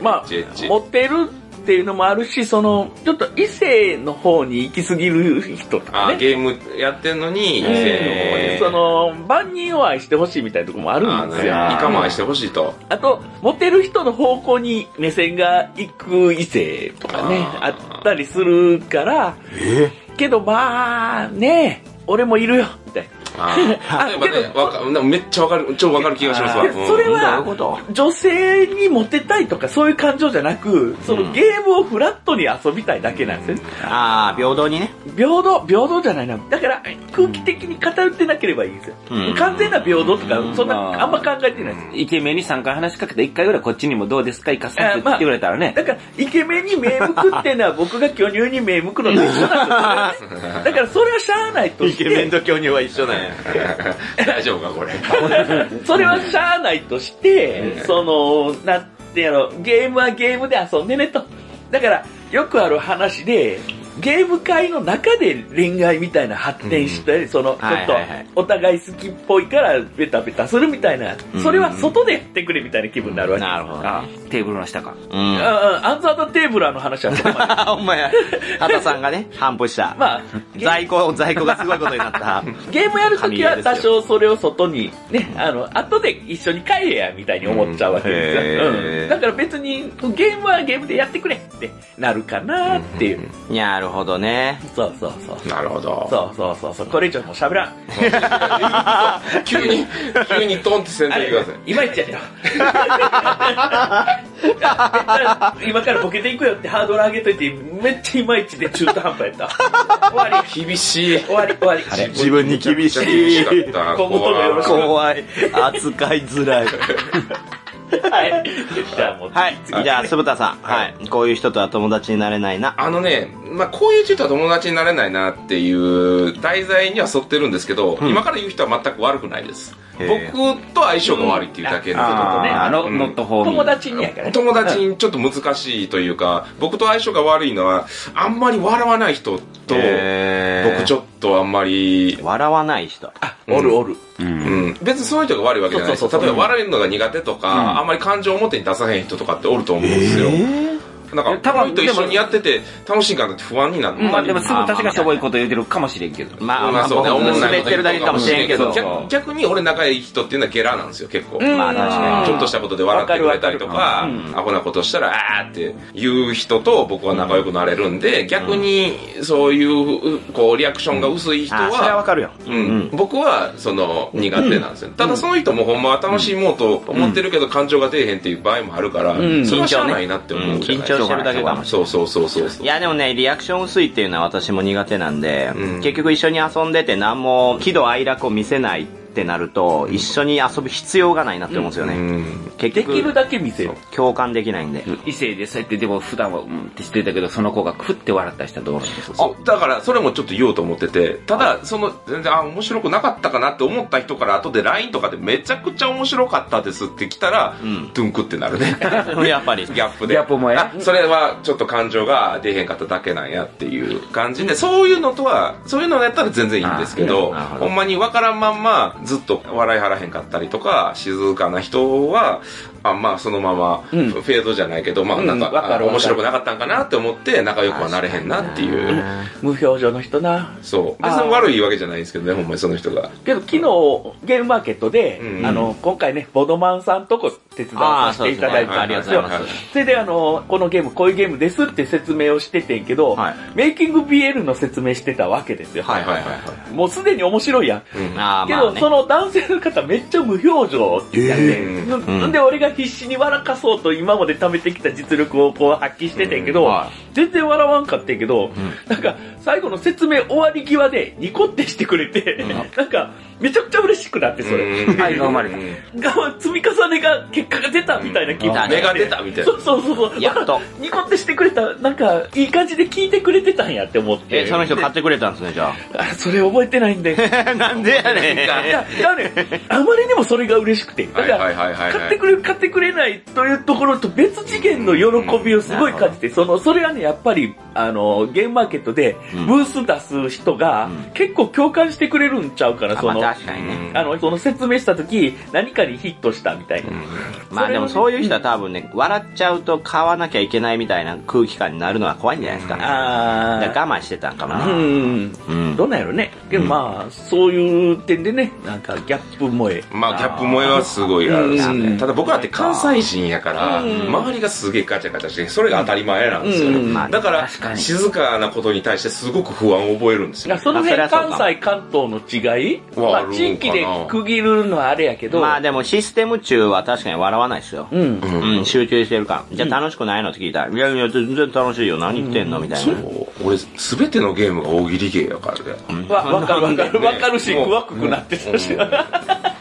まあ
ジェッ、ジ
モテるっていうのもあるし、その、ちょっと異性の方に行き過ぎる人とか
あ、
ね。
ゲームやってんのに、異性
えーそ
の方に。
の、万人を愛してほしいみたいなとこもある
あ
ん
の
です
ね、イ
よ。
カも愛してほしいと。
あと、モテる人の方向に目線が行く異性とかね、あ
あー
ったりするから、けどまあ、ね俺もいるよ、みたい
あー例えば
け
ね、わかなんかめっちゃわかる、超わかる気がしますわ。
な。
うん
それ
どういうこ
は、女性にモテたいとかそういう感情じゃなく、そのゲームをフラットに遊びたいだけなんですよね。
ああ、平等にね。
平等、平等じゃないな。だから、空気的に偏ってなければいいんですよ。
うん
完全な平等とか、そん
ま
な、
あ
あんま考えてないです。
イケメンに3回話しかけて1回ぐらいこっちにもどうですかイカさんって言ってくれたらね
だから、イケメンに目向くってのは、僕が巨乳に目向くのと一緒なんですよ ね。だから、それはしゃあないとして、
と巨乳は一緒なんや。
大丈夫か、こ れ。
それはしゃあないとして、その、なんてやろ、ゲームはゲームで遊んでねと。だから、よくある話で、ゲーム界の中で恋愛みたいな発展したり、その、ちょ
は
っ
い
と
はいはい、
お互い好きっぽいから、ベタベタするみたいな、それは外でやってくれみたいな気分になるわけ。
なるほどね。
あテーブルの下か
うん。
ああアンザーダテーブラーの話はそこまで。
あ、お前、畑さんがね、反歩した。
まあ、
在庫、在庫がすごいことになった。
ゲームやるときは多少それを外に、ね、あの、後で一緒に帰れや、みたいに思っちゃうわけですよ。
うんへー
うんだから別に、ゲームはゲームでやってくれってなるかなっていう。
なるほどね。
そうそうそう。
なるほど。
そうそうそうそう。これ以上もう喋らん。
急に、急にトンってせんといてください。
いまいちやよ。 今からボケていくよってハードル上げといて、めっちゃいまいちで中途半端やった。終わり、
厳しい。
終わり、終わり。
自分に厳し い。
かった。
今後ともよろしく
怖い。扱いづらい。
はい。じゃあもう、
はい、次じゃあ、すぶたさん。はい。こういう人とは友達になれないな。
あのね、まあ、こういう人とは友達になれないなっていう題材には沿ってるんですけど、今から言う人は全く悪くないです。
へー
僕と相性が悪いっていうだけのことと
あ
ね。
ーあの
うん
ノットホーム
友達にやからね。
友達にちょっと難しいというか、僕と相性が悪いのは、あんまり笑わない人と、
え
僕ちょっとあんまり、
笑わない人。
うん
おるおる。
うん、別にその人が悪いわけじゃないです
そうそうそう
例えば笑えるのが苦手とか、あんまり感情を表に出さへん人とかっておると思うんですよ。なんか、
多
多分
分
と一緒にやってて、楽しいんかなって不安になったり、
まあでもすぐ確かしょぼいこと言うてるかもしれんけど
まあ、
ま
まあ、
あそうね、
僕
思
の
んない
滑っ
こと言
てる
うか
だけかもしれんけど。
逆逆に俺仲いい人っていうのはゲラなんですよ、結構。
まあ、確か
ちょっとしたことで笑ってくれたりと
わ
か、アホなことしたら、あーって言う人と僕は仲良くなれるんで、逆にそういう、こう、リアクションが薄い
に。
人
あ、それはわ
は、
かるよ。
うん、僕は、その、苦手なんですよ。ただその人もほんまは楽しもうと思ってるけど、感情が出えへんっていう場合もあるから、それはしゃあないなって思うじゃ
緊
ない
張してるだけかもしれない。
そうそうそうそうそう。
いやでもね、リアクション薄いっていうのは私も苦手なんで、
うん
結局一緒に遊んでて何も喜怒哀楽を見せないってなると、一緒に遊ぶ必要がないなって思うんですよ
う
ね。
ん。
結
できる
局、
だけ見せる。
共感できないんで。
異性でそうやって、でも普段は、うんってしてたけど、その子がクッて笑ったりしたらどうなるんですか
そうだからそれもちょっと言おうと思っててただその全然あ面白くなかったかなって思った人から後で LINE とかでめちゃくちゃ面白かったですって来たら、ドゥンクってなる ね
やっぱり。
ギャップで
ギャップもえ
あそれはちょっと感情が出へんかっただけなんやっていう感じでそういうのとはそういうのやったら全然いいんですけど
あなるほ
ほんまに分からんまんまずっと笑いはらへんかったりとか静かな人はあまあそのままフ
うん
ェードじゃないけど、まあ
うん
なんか,あ、
わかるわかる
面白くなかったんかなって思って仲良くはなれへんなっていう。
無表情の人な。
そう。別
あー
に悪いわけじゃないんですけどね、ほんまにその人が。
けど昨日、ゲームマーケットで、
うん
あの、今回ね、ボドマンさんとこ手伝わさせていただい
あーそうですねはい
た
あ
ん
り
で
が
す
とうござ
よ
います。
それであの、このゲーム、こういうゲームですって説明をしててんけど、
はい
メイキング BL の説明してたわけですよ。
はいはいはいは
もうすでに面白いやん。
うん
ああ、
け
まあ
ど、
ね
そ。の男性の方めっちゃ無表情やね
え
ん
うん
んで、俺が必死に笑かそうと今まで貯めてきた実力をこう発揮しててんけど、
うんは
全然笑わんかってんけど、なんか最後の説明終わり際でニコってしてくれて、なんかめちゃくちゃ嬉しくなって、それ。
うん
愛が生まれた
う ん
が積み重ねが結果が出たみたいな気分
うん
芽が出たみたいな
そうそうそうそう。
やっと。
ニコってしてくれた、なんかいい感じで聞いてくれてたんやって思って。
え、その人買ってくれたんですね、じゃ
あそれ覚えてないんで。
あ。なんでや
い
ね
や、いやね、あまりにもそれが嬉しくて。だか
はい
ら、
はいはいはい
買っ
は
て
い。
くれる、買ってくれないというところと別次元の喜びをすごい感じて、その、それはね、やっぱり、あの、ゲームマーケットで、
ん
ブース出す人が、結構共感してくれるんちゃうかな、
あ
そ
まあ
の、
確かにね。
あの、その説明した時、何かにヒットしたみたいな。
まあでもそういう人は多分ね、笑っちゃうと買わなきゃいけないみたいな空気感になるのは怖いんじゃないですか。
あ
だから我慢してたんかな。
うん。
うん
どうなんやろね。けどまあ、そういう点でね、なんかギャップ萌え。
まあ、ギャップ萌えはすごいあるんですよ
う
ね。
ん
ただ僕らって関西人やから、周りがすげえガチャガチャして、それが当たり前なんですよ
うん
ね。
まあ
だから
確か、に
静かなことに対してすごく不安を覚えるんですよ。
その
まあ
辺
そりゃそ
関
うか
西、関東の違い
は
まあ、
あるんかな
地域で区切るのはあれやけど、
まあでもシステム中は確かに笑わないですよ。
うん。
うん、集中してるから。じゃあ楽しくないのって聞いたら、いやいや、全然楽しいよ。何言ってんのみたい
そ
な。
う。俺、すべてのゲームが大喜利ゲーやからね。
わ、わかるわかる。
ね
わかるし、
もう
怖くなってたし。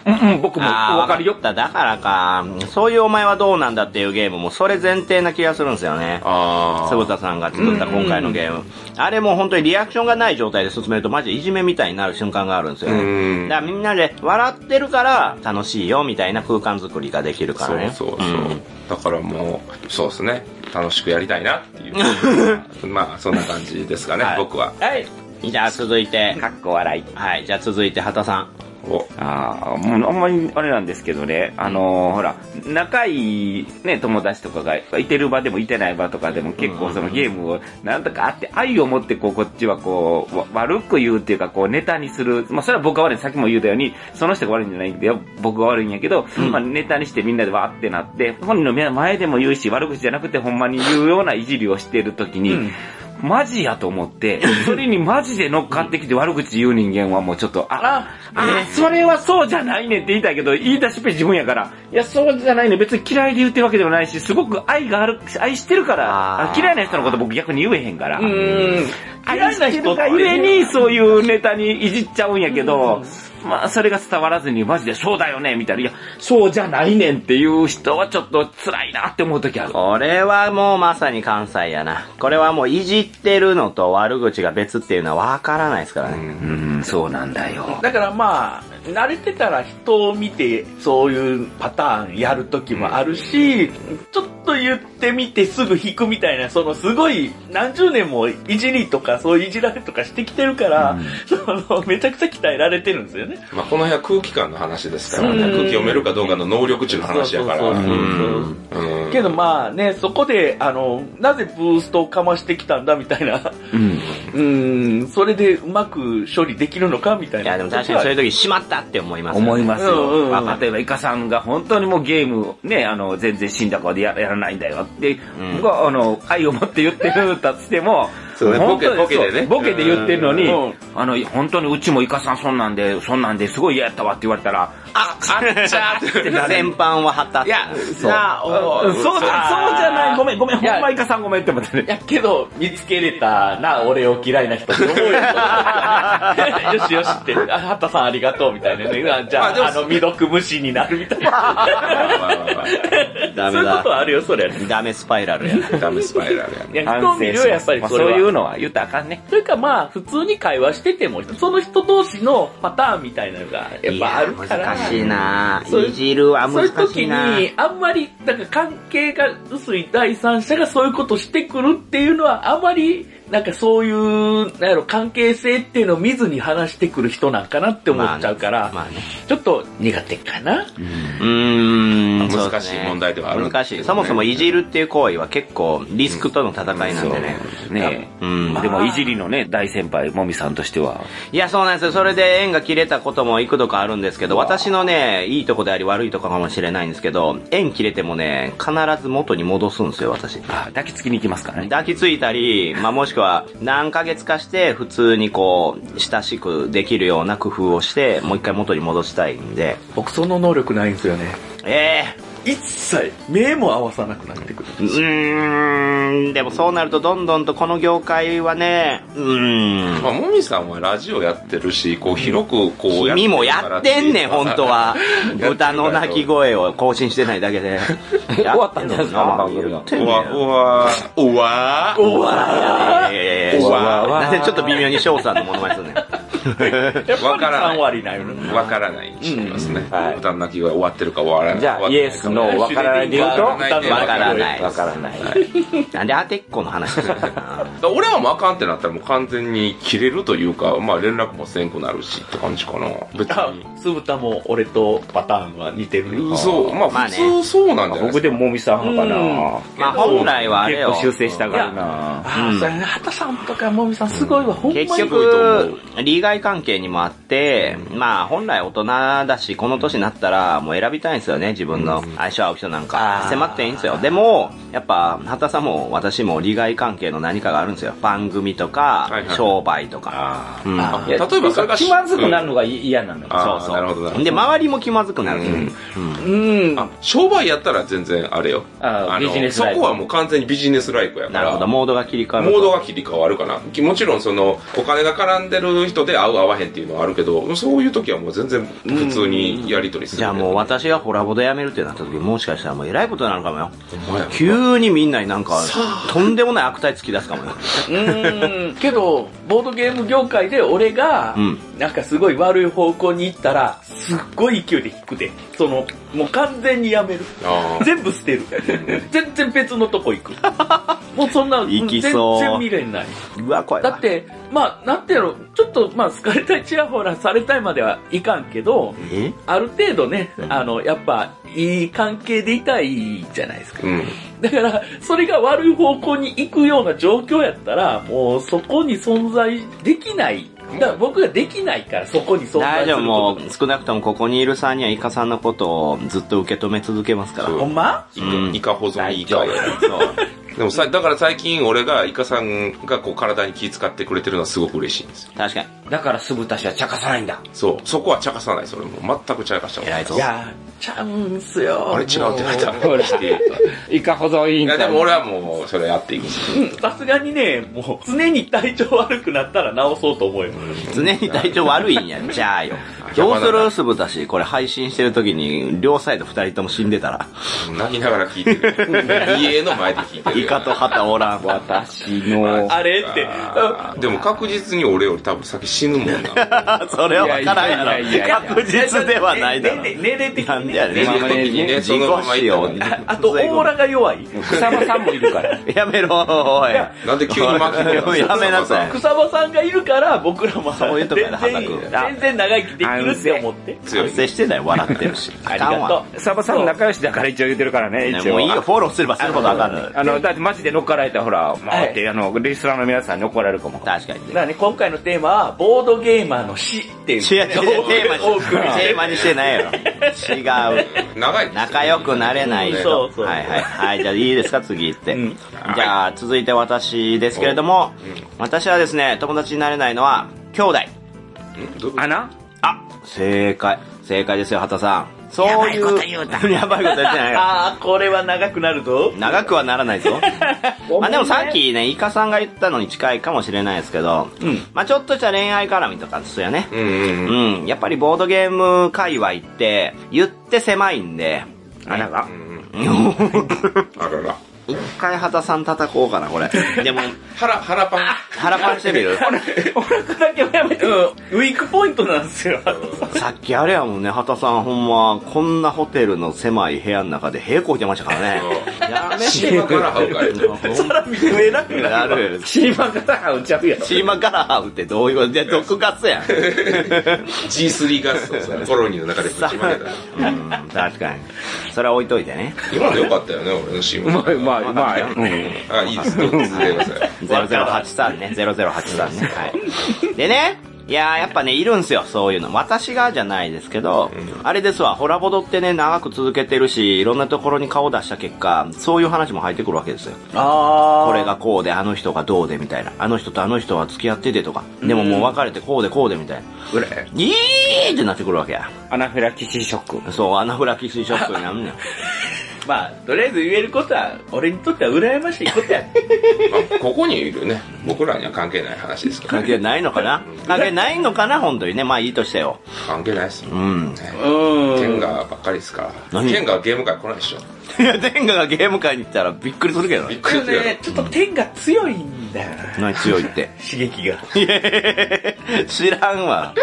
うんうん、僕も
ああ、
わかるよ。
だだからか、そういうお前はどうなんだっていうゲームも、それ前提な気がするんですよね。
あ
坪田さんが作った今回のゲーム。あれもう本当にリアクションがない状態で進めると、マジいじめみたいになる瞬間があるんですよ
うん
ね。だからみんなで笑ってるから、楽しいよみたいな空間作りができるからね。
そうそうそう、
ん
だからもうそうですね楽しくやりたいなっていうまあそんな感じですかね、
はい
僕は
はい。
じゃあ続いて、
かっこ笑い。
はい、じゃあ続いて、畑さん。
お
ああ、もうあんまりあれなんですけどね、あのーほら、仲いいね、友達とかがいてる場でもいてない場とかでも結構そのゲームをなんとかあって愛を持ってこう、こっちはこう、わ悪く言うっていうかこうネタにする。まあそれは僕が悪い、さっきも言うたように、その人が悪いんじゃないんだよ、僕が悪いんやけど、まあネタにしてみんなでわーってなって、本人の目の前でも言うし、悪口じゃなくてほんまに言うようないじりをしてるときに、マジやと思って、それにマジで乗っかってきて悪口言う人間はもうちょっと、あ、あ、それはそうじゃないねって言いたいけど、言い出しっぺ自分やから、いや、そうじゃないね。別に嫌いで言ってるわけでもないし、すごく愛がある、愛してるから、
あ
あ
ー
嫌いな人のこと僕逆に言えへんから。
うん。
愛
嫌いな
して
人
る
っ
が
て
ゆえに、そういうネタにいじっちゃうんやけど、まあ、それが伝わらずに、マジでそうだよね、みたいな。いや、そうじゃないねんっていう人はちょっと辛いなって思う時ある。
これはもうまさに関西やな。これはもういじってるのと悪口が別っていうのはわからないですからね。
うん、そうなんだよ。
だからまあ、慣れてたら人を見て、そういうパターンやる時もあるし、ちょっと言ってみてすぐ引くみたいな、そのすごい何十年もいじりとか、そういういじられとかしてきてるから、そのめちゃくちゃ鍛えられてるんですよね。
まあ、この辺は空気感の話ですからね
そう
空気読めるかどうかの能力値の話やから
そうそうそうそう
うんうん
けどまあね、そこで、あの、なぜブーストをかましてきたんだみたいな、うん、それでうまく処理できるのかみたい
い
な。
や、でも確かにそういう時、しまったって思いますよね、
思いますよ。
うんうんうん
まあ例えば、イカさんが本当にもうゲームをね、あの、全然死んだ顔でややらないんだよって、僕は、あの、愛を持って言ってるんだとしても、
そうね、ボ
本
ケ、
当に
ボケでね。
そうボケで言ってるのに
うん、
あの、本当にうちもイカさんそんなんで、そんなんですごい嫌やったわって言われたら、
あ、あっちゃーってなる。
先般は旗。
いや、なあ、お
そうじゃ、そうじゃない、ごめん、ごめん、ほ
いや
んまイカさんごめんって思ってね。
やけど、見つけれたな、俺を嫌いな人って思うよ。 よしよしって、あ、ハタさんありがとうみたいなね。あじゃ
まあでも
あ、あの、未読無視になるみたいな。
ダ
そう
メ
いうこと
だ。
はあるよ、それ。
ダメスパイラルや。
ダメスパイラルや
い
ね。
や、人を見るよ、やっぱり
まあ
そ
そう
れ
い
は。
うのは言ったらあかんね。
というかまあ、普通に会話してても、その人同士のパターンみたいなのが、やっぱあるから。
難しいな
そういう
いじるは
そう
難
いう時
しいな
に、あんまり、なんか関係が薄い第三者がそういうことしてくるっていうのは、あまり、なんかそういう、なんやろ、関係性っていうのを見ずに話してくる人なんかなって思っちゃうから、
まあね。
ちょっと苦手かな。
うーん、
難しい
そうですね
問題ではあるんですけどね
難しい。そもそもいじるっていう行為は結構リスクとの戦いなんでね。
ね
うん。
でも、いじりのね、大先輩、もみさんとしては。
いや、そうなんですよ。それで縁が切れたことも幾度かあるんですけど、私のね、いいとこであり悪いとこかもしれないんですけど、縁切れてもね、必ず元に戻すんですよ、私。
あ抱きつきに行きますからね。
抱きついたり、まあ、もしくは何ヶ月かして普通にこう、親しくできるような工夫をして、もう一回元に戻したいんで、
僕その能力ないんですよね。
え
一切、目も合わさなくなってくる。
えうーん、でもそうなるとどんどんとこの業界はね、うーん
ま。あ、もみさんはラジオやってるし、こう、広く、こうってるから、
君もやってんねん、本当 は。豚の鳴き声を更新してないだけで。終わったんだよな。言って
う
んね
んわ、うわ、うわ、
おわ
いやいやいやいや
うわ
なんでちょっと微妙に翔さんのものまねすんねん。
やっぱ
わ
り
からない
3割ないよね。
わからないにしてますね。
はい
歌の鳴き声終わってるか終わらない。
じゃあ
終わって
イエスノーわからないで言うと
わからないで
わからない
わからない。
なんで当てっこの話するんだよな
だから俺はもうあかんってなったらもう完全に切れるというか、まあ連絡もせんくなるしって感じかな。別
あ
に。、
酢豚も俺とパターンは似てるね。
そう、ま
ま
あ
あね
普通そうなんじゃないで
僕
すか。
でももみさん派かな。
まあ本来はあれ
結
よ
構。修正したからな。
ああ、そうやね。畑さんとかもみさんすごいわ。ほんまに
結
すごいと思う
局、利害関係にもあって、まあ本来大人だし、この年になったらもう選びたいんですよね、自分の相性合う人なんか。迫っていいんですよ。でも、やっぱ、畑さんも私も利害関係の何かがあるんですよ。番組と
はい
か、
はい
商売とか。
あ
うん
あ例えばそれが
気まずくなるのが嫌なのよ。
あ
そ
ー
うそう
なるほどなるほ
で、周りも気まずくなる。
うん
うん
ど。。あ、商売やったら全然あれよ。
あー
の
ビジネス
そ
ライク
こはもう完全にビジネスライクやか
なる
ら。
ほど、モードが切り替わ
モ
る。
ードが切り替わるかな。きもちろんその、お金が絡んでる人で合う合わへんっていうのはあるけど、そういう時はもう全然普通にやりとりするけ
じゃ
ど。
あもう私がホラボで辞めるってなった時、もしかしたらもうえらいことになるかもよ。
ほんまや
急にみんなになんか、とんでもない悪態つき出すかもよ。
うーん。けど、ボードゲーム業界で俺が
うん、
なんかすごい悪い方向に行ったら、すっごい勢いで引くで。その、もう完全にやめる。
あー
全部捨てる。全然別のとこ 行く。もうそんな、
行き
全
そう
然見れない。
うわ、怖い
だ
わ
っ。て、まあ、なんていうの、ちょっと、まあ、好かれたい、ちやほらされたいまではいかんけど、
え
ある程度ね、あの、やっぱ、いい関係でいたいじゃないですか。
うん。
だから、それが悪い方向に行くような状況やったら、もうそこに存在できない。だから僕ができないから、そこに存在
大
す
丈
る
夫、
こ
もう少なくともここにいるさんにはイカさんのことをずっと受け止め続けますから。
そ
と。
う
ほんま
イ
うん
カイカ保存イカや
そう
でもさ、だから最近俺がイカさんがこう体に気遣ってくれてるのはすごく嬉しいんですよ。
確かに。
だから酢豚氏は茶化さないんだ。
そう。そこは茶化さない、それも。全く茶化したこ
偉いぞ
い。や、ちゃうんすよ。
あれ違うってなった。
ほら、イカ保存委
い
員
や、
会。
でも俺はもう、それやっていくんです
う
よ。
んさすがにね、もう常に体調悪くなったら治そうと思うよ。
常に体調悪いんや。じゃあよ。どうするすぶたし、これ配信してる時に、両サイド二人とも死んでたら、
泣きながら聞いてる。家の前で聞いてる。
イカと旗おらんわ。
私の、
あれって。
あー。でも確実に俺より多分先死ぬもん な。
それは分からん
いやいやいやい
やろ。確実ではないだろ。
ねね年齢的
なん
に
でや
ね。
ねん。
まあまあね
自己使用
ああと、オーラが弱い。
草間さんもいるから。
やめろ、おい。
なんで急に巻き込むの
やめなさい。
草場さんがいるから、僕らも
そういうとこやな
全然
畑君
全然長生きできない来るって思って。
強
反
い。
省してない笑ってるし。あ
ありがとう。
サバさん仲良しだから一応言ってるからね、
ね
一応。
もういいよ、フォローすればするほどあかんねん。
あの、だってマジで乗っかられたらほら、まあ、
はい
って、あの、リスナーの皆さんに怒られるかも。
確か
だ
にね
か。らね、今回のテーマは、ボードゲーマーの死っていう。
違う違う、テーマ
多
に、
く
テーマにしてないよ。
長いで
違う。
すよ
仲良くなれない人。
そうそう
はいはい。はい、じゃあいいですか、次行って。
うん
じゃあ、続いて私ですけれども、私はですね、友達になれないのは、兄弟。
んどういうこと
穴
あ、正解。正解ですよ、畑さん。そういう。やばいこと言う た。やばいこと言ってない よ。
あー、これは長くなるぞ。
長くはならない ぞ。まあでもさっきね、イカさんが言ったのに近いかもしれないですけど、まあちょっとした恋愛絡みとかですよね。
うんうんうん。
うん、やっぱりボードゲーム界隈って、言って狭いんで、
穴が
あらら。
一回畑さん叩こうかな、これ。 でも、
腹、腹パン。
腹パンしてみる
お腹だけはやめて。うん。ウィークポイントなんですよ。
さっきあれやもんね、畑さんほんま、こんなホテルの狭い部屋の中で平行いてましたからね。やめ
シーマカラハウがいる。
さらに増えなくなる。
や る。
シーマンから打っちゃうやろ。
シーマガラハウってどういうことで、毒ガスや ん。
G3 ガスをさ、コロニーの中でぶちまけた。
うん、確かに。それは置いといてね。
今の良かったよね、俺のシーンも。
まあ、まあ、まあ、うん。
あ、いいですね。続けてください。
0083ね、0083ね。はい。でね、いやーやっぱね、いるんすよ、そういうの。私がじゃないですけど、あれですわ、ホラボドってね、長く続けてるし、いろんなところに顔出した結果、そういう話も入ってくるわけですよ。
あ
これがこうで、あの人がどうでみたいな。あの人とあの人は付き合っててとか。でももう別れてこうでこうでみたいな。
ぐらい。
いーってなってくるわけや。
アナフィラキシーショック。
そう、アナフラキシーショックになるのよ。
まあ、とりあえず言えることは、俺にとっては羨ましいこと や。
あここにいるね。僕らには関係ない話ですから
関。係ないのかな関係ないのかな本当にね。まあいいとしてよ。
関係ないっすよ。
うん。
うん。
ケンガばっかりですから。
何
ケンガはゲーム界来ないでしょ。
いや、天下がゲーム界に行ったらびっくりするけど
びっ
ね。
くりするやろ
ね、ちょっと天が強いんだよな。
何強いって。
刺激が。
知らんわ。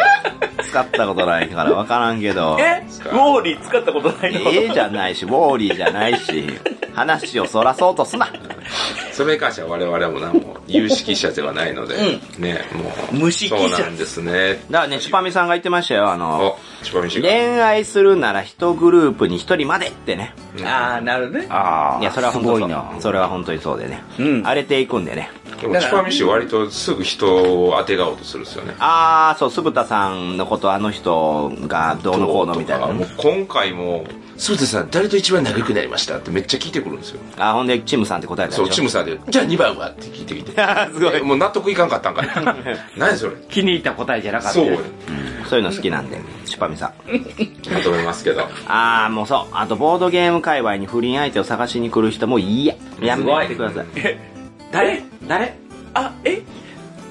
使ったことないから分からんけど。
えウォーリー使ったことないの
ええじゃないし、ウォーリーじゃないし、話をそらそうとすな。
それに関しては我々も何も有識者ではないので、ね、もう。
無識者
そうなんですね。
だからね、チュパミさんが言ってましたよ、あの、
お、チュパミシ
恋
が。
愛するなら一グループに一人までってね。
ああ、なるほどね。
ああ。
いや、それは
す
本当
ご
そ
いうな。
それは本当にそうでね。
うん
荒れていくんでね。
でもチュパミシ割とすぐ人を当てがおうとするんですよね。
あー、そう、酢豚さんのことあの人がどうのこうのみたいな
も
ね。
う今回も、そうですさん、誰と一番仲良くなりましたってめっちゃ聞いてくるんですよ。
あ、ほんで、チムさんって答えたでし
そ
ょ
う、チムさんで、じゃあ2番はって聞いて きて。
あーすごい。
もう納得いかんかったんかい。 何それ。
気に入った答えじゃなかった
そう
よ。
そういうの好きなんで、チュパミさん。
まとめますけど。
ああ、もうそう。あと、ボードゲーム界隈に不倫相手を探しに来る人もいいや。やめてください。
誰
誰
あ、え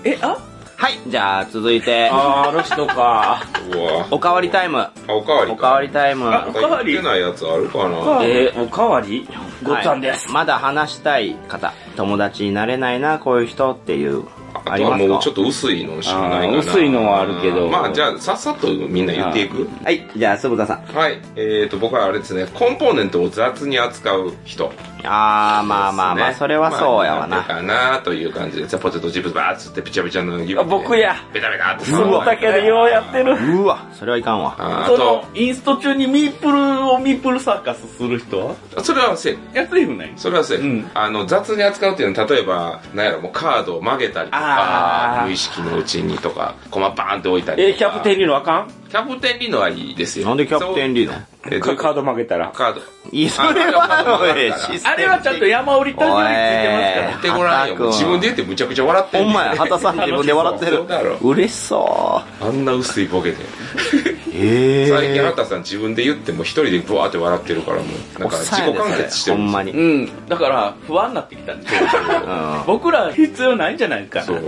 え、あ
はい、じゃあ、続いて、
あーあの人か。
うわ
おかわりタイム。
あ、おかわり
おかわ
り。
りタイム。
あ
なんか言ってないやつあるかな
えー、おかわりごちゃんです。
はいまだ話したい方、友達になれないな、こういう人っていう、あ
あ
り
とは
ます
もう
か
ちょっと薄いのしかないかな。
あー薄いのはあるけど
まあじゃあ、さっさとみんな言っていく。
はい、じゃあ、すぶたさん。
はい。えーと、僕はあれですね、コンポーネントを雑に扱う人。
あー、まあまあまあ、それはそうや
ま
わ
あ
な。
苦手かなという感じで、じゃあポテトチップスバーッつってピチャピチャの指で
あ僕や。
ベタベタって
そのだけでようやってる。
うわ、それはいかんわ。
あー
そ
あと
の、インスト中にミープルをミープルサーカスする人は
それはセーフ。
やついふない
それはセーフ。
うん
あの、雑に扱うっていうのは、例えば、なんやろ、もうカードを曲げたりと
あ
か、
ー
無意識のうちにとか、コマバーンって置いたり
え
と
ー、キャ
か。
プテンリーのあかん
ン。キャプテンリノはいいですよ。
なんでキャプテン
リ
リード
え
かカー
カ
ド曲げたら。
カード。
いや、それは、おい、システム
あれはちゃんと山折りたどりついてますから。
見てごらんよ。
畑君
もう自分で言ってむちゃくちゃ笑って
ほ
る。
んまや、畑さん自分で笑って
そ
る
うだろ。
嬉しそう。
あんな薄いボケで。
ええ。
最近畑さん自分で言っても一人でブワーって笑ってるからもう、なんか自己完結してる
ほん
ですよ
まに。う。
うんん。だから、不安になってきたんですよ。僕ら必要ないんじゃないか。
そう。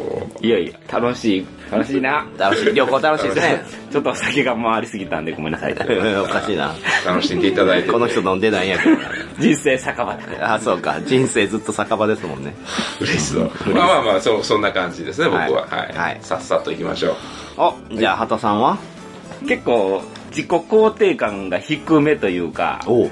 いやいや、楽しい。楽しいな。
楽しい、旅行楽しいで すね。
ちょっとお酒が回りすぎたんでごめんなさい。
おかしいな。
楽しんでいただい て。
この人飲んでないんやけどな。
人生酒場で。
あ、そうか。人生ずっと酒場ですもんね。
嬉しそう。まあまあまあ、そう、そんな感じですね、僕は。
は
はいい。
はい
さっさと行きましょう。
お、じゃあ、畑さんは
結構、自己肯定感が低めというか、
おう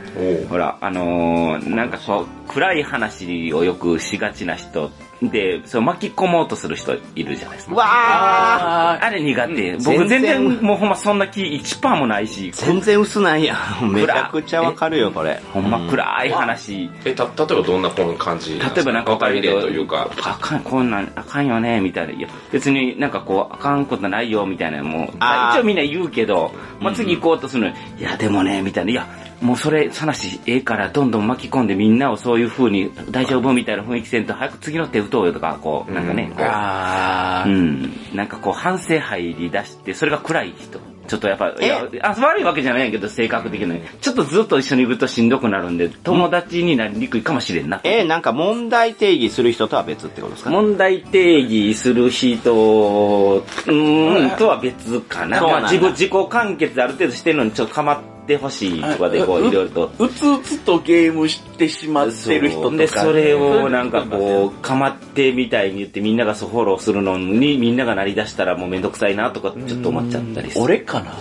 ほら、あのーなんかこう、暗い話をよくしがちな人で、そう巻き込もうとする人いるじゃないですか。
わあ
あ
あれ苦手。
ん
僕
全然
全然もうほんまそんな気1%もないし、
全然薄ないや ん。めちゃくちゃわかるよ、これ。
ほんま暗い話。
え、た、例えばどんなこの感じ
例えばなんか
わかり例
わか
と
るけ
い
ど
うか。
あかん、こんなん、あかんよね、みたいな。いや、別になんかこう、あかんことないよ、みたいな、もう、
あー
一応みんな言うけど、まあ、次行こうとするのに、いや、でもね、みたいな、いや、もうそれ、話ええから、どんどん巻き込んでみんなをそういう風に、大丈夫みたいな雰囲気せんと、早く次の手打とうよとか、こう、なんかね、こう、
あ
う
ー
ん、なんかこう、反省入り出して、それが暗い人。ちょっとやっぱ、いやあ悪いわけじゃないけど、性格的に。ちょっとずっと一緒にいるとしんどくなるんで、友達になりにくいかもしれんな。
え、なんか問題定義する人とは別ってことですか
問題定義する人うーんとは別かな。
そうなんだ
まあ、自分自己完結ある程度してるのにちょっと構ってほしいとかでこういろいろと。
うつうつとゲームしてしまってる人とか、
で、それをなんか
そういう人いますよ
こう、かまってみたいに言ってみんながそうフォローするのにみんながなり出したらもうめんどくさいなとかちょっと思っちゃったりする。
俺かな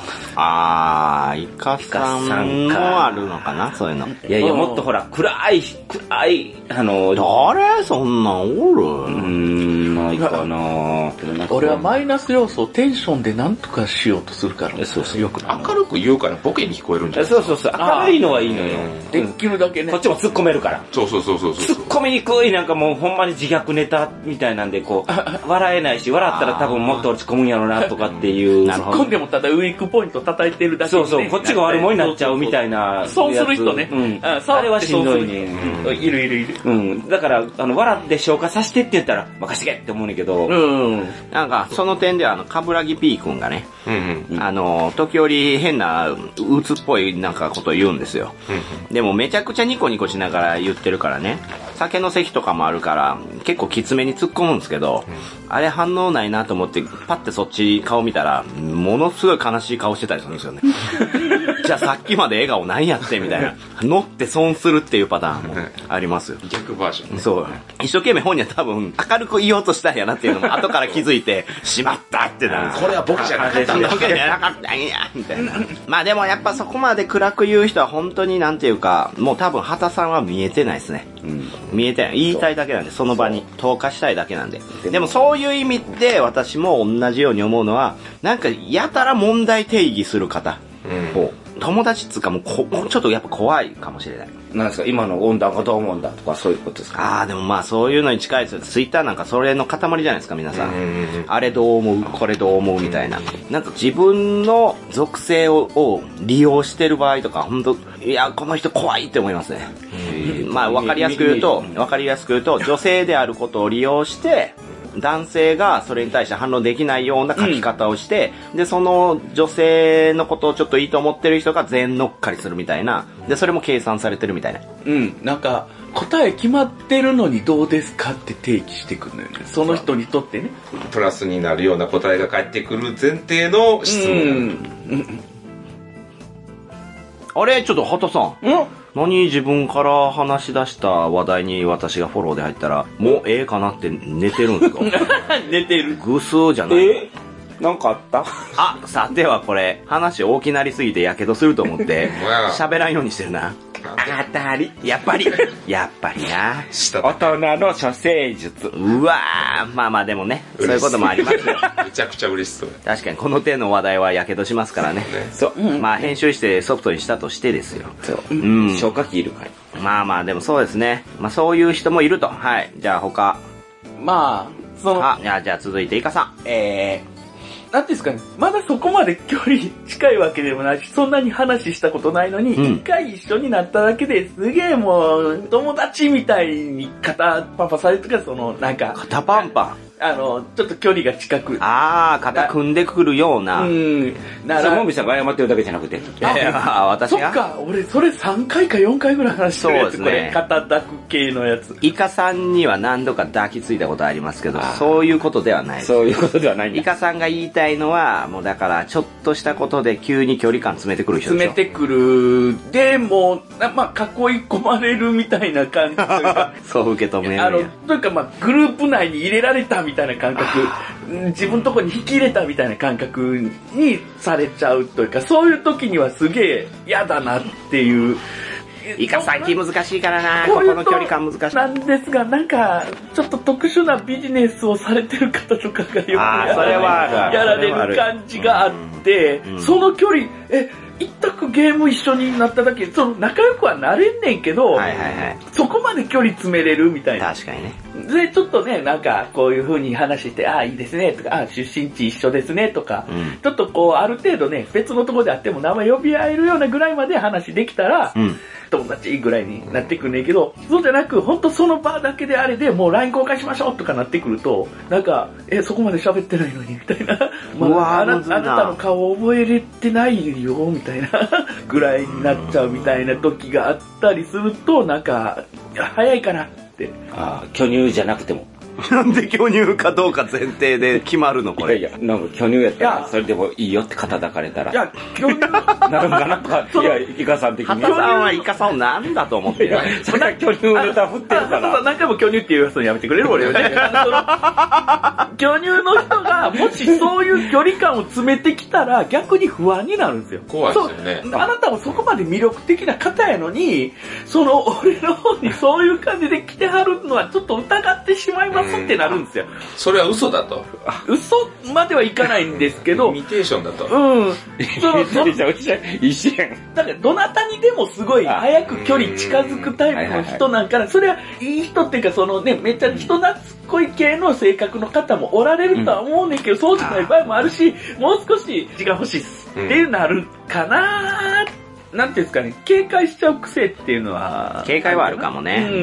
あー、イカさ
イカさ
ん
ん
も
か
あるのかな、そういうの。
いやいや、もっとほら、暗い、暗い、あの、う
誰そんなんおる、
ーん、ないかな
俺はマイナス要素をテンションで何とかしようとするから。
そうそう
よくない
明るく言うからボケに聞こえるんじゃない
そうそうそう、明るいのはいいのよ。
できるだけね。
こっちも突っ込めるから。
そうそうそうそうそ
突
う
っ。込みにくい、なんかもうほんまに自虐ネタみたいなんで、こ う、笑えないし、笑ったら多分もっと落ち込むんやろなとかっていう。
なるほど
突っ込んでもただウィークポイント叩いてるだけ
そうそう、こっちが悪者になっちゃうみた
い
いな。
そうそうそうする人ね。
うん。
あ
あれはしんどい
ね。
ね。
うんいるいるいる。
うん。だから、あの、笑って消化させてって言ったら、任せてけって思うねんだけど、
うん。
なんか、その点では、あの、カブラギ P 君がね、
うんうん。
あの、時折変な、うつっぽいなんかこと言うんですよ。でもめちゃくちゃニコニコしながら言ってるからね、酒の席とかもあるから、結構きつめに突っ込むんですけど、あれ反応ないなと思って、パッてそっち顔見たら、ものすごい悲しい顔してたりするん ですよね。じゃあさっきまで笑顔なんやってみたいな。乗って損するっていうパターンもありますよ。
逆バージョンね。
そう。一生懸命本人は多分明るく言おうとしたんやなっていうのも後から気づいて、しまったってなるんですよ
これは僕じゃなかっ
そ
たん
んな
だ。
わけじゃなかったんや、みたいな。まあでもやっぱそこまで暗く言う人は本当になんていうか、もう多分畑さんは見えてないですね。見えてない。言いたいだけなんで、その場に投下したいだけなんで。でもそういう意味で私も同じように思うのは、なんかやたら問題定義する方。こう友達っつうかもうこ、もうちょっとやっぱ怖いかもしれない。
なんですか、今の温暖化どう思うんだとかそういうことですか。
ああ、でもまあそういうのに近いですよ。ツイッターなんかそれの塊じゃないですか、皆さん。あれどう思うこれどう思うみたいな。なんか自分の属性をを利用してる場合とか、本当いや、この人怖いって思いますね。まあわかりやすく言うと、わかりやすく言うと、女性であることを利用して、男性がそれに対して反論できないような書き方をして、で、その女性のことをちょっといいと思ってる人が全乗っかりするみたいな、で、それも計算されてるみたいな。
うん。なんか、答え決まってるのにどうですかって定義してくるのよね。その人にとってね。
プラスになるような答えが返ってくる前提の質
う
問。
ん。
あれちょっと、畑さん。
ん
何自分から話し出した話題に私がフォローで入ったら、もうええかなって寝てるんです か
寝てる。
偶数じゃない
えなんかあった
あ、さてはこれ、話大きなりすぎてやけどすると思って
わ、あ
喋らんようにしてるな。
当たり。
やっぱり、やっぱりな。
した
大人の処世術。
うわぁ、まあまあでもね、そういうこともありますよ。
めちゃくちゃ嬉しそうや。
確かにこの手の話題はやけどしますからね。そう。まあ編集してソフトにしたとしてですよ。
そう。
ん
消化器いるから。
まあまあでもそうですね。まあそういう人もいると。はい。じゃあ他。
まあ、その、
あ、じゃあじゃあ続いてイカさん。
えー、なんていうんですかね、まだそこまで距離近いわけでもないし、そんなに話したことないのに、一、
うん
回一緒になっただけですげえもう、友達みたいに肩パパされてから、その、なんか、
肩パンパン。
あの、ちょっと距離が近く、
ああ、肩組んでくるよう
う
な。
ん、な
それも
ら
み、さんが謝ってるだけじゃなくて。
いやいや私
そっ
が。
か、俺、それ3回か4回ぐらい話してるやつ、
そう
こ
です
れ
ね、
肩抱く系のやつ。
イカさんには何度か抱きついたことありますけど、そういうことではないです。
そういうことではないん
イ
だ。
カさんが言いたいのは、もうだから、ちょっとしたことで急に距離感詰めてくる人で
詰
し
め
ょ
てくる、でも、なまあ、囲い込まれるみたいな感じというか、
そう受け止めるん
あの
や。、
というかまあ、グループ内に入れられたみたいな感覚自分のとこに引き入れたみたいな感覚にされちゃうというか、そういう時にはすげえ嫌だなっていう。
いか最近難しいからな
こ
こ
ういう
こ
と
の距離感難しい
なんですが、なんか、ちょっと特殊なビジネスをされてる方とかがよくや
あーそれは
ら
ある
やられる感じがあって、その距離、え、一択ゲーム一緒になっただけ、その仲良くはなれんねんけど、
はいはいはい
そこまで距離詰めれるみたいな。
確かにね
で、ちょっとね、なんか、こういう風に話して、ああ、いいですね、とか、ああ、出身地一緒ですね、とか、
うん
ちょっとこう、ある程度ね、別のところであっても名前呼び合えるようなぐらいまで話できたら、
うん
友達ぐらいになってくんねんけど、そうじゃなく、ほんとその場だけであれで、もう LINE 交換しましょうとかなってくると、なんか、え、そこまで喋ってないのに、みたいな。
うわー
あな、あ
むずいな
なたの顔覚えれてないよ、みたいな、 ぐらいになっちゃうみたいな時があったりすると、なんか、いや早いかなって。
ああ、巨乳じゃなくても。
なんで巨乳かどうか前提で決まるの
い
こ
や
れ
いや、なんか巨乳やった
い
ら、
や
それでもいいよって肩抱かれたら。
いや、今日
なるんかなとか、いや、イカさん的に。
畑さんはイカさんを何だと思ってる
それは巨乳ネタ振ってるか
あ そうそう
ら。
何回も巨乳って言う人やめてくれる俺よね。あのその巨乳の人が、もしそういう距離感を詰めてきたら、逆に不安になるんですよ。
怖いですよね
そうあなたもそこまで魅力的な方やのに、その俺の方にそういう感じで来てはるのはちょっと疑ってしまいますってなるんですよ。
それは嘘だと。
嘘まではいかないんですけ ど、う
イ
ん
ミテーションだと。。
そのその
一緒一緒一緒やん。
だからどなたにでもすごい早く距離近づくタイプの人なんから、それはいい人っていうか、そのね、めっちゃ人懐っこい系の性格の方もおられるとは思うねんけど、そうじゃない場合もあるし、もう少し時間欲しいっすってなるかななんていうんですかね、警戒しちゃう癖っていうのは。
警戒はあるかもね
うん。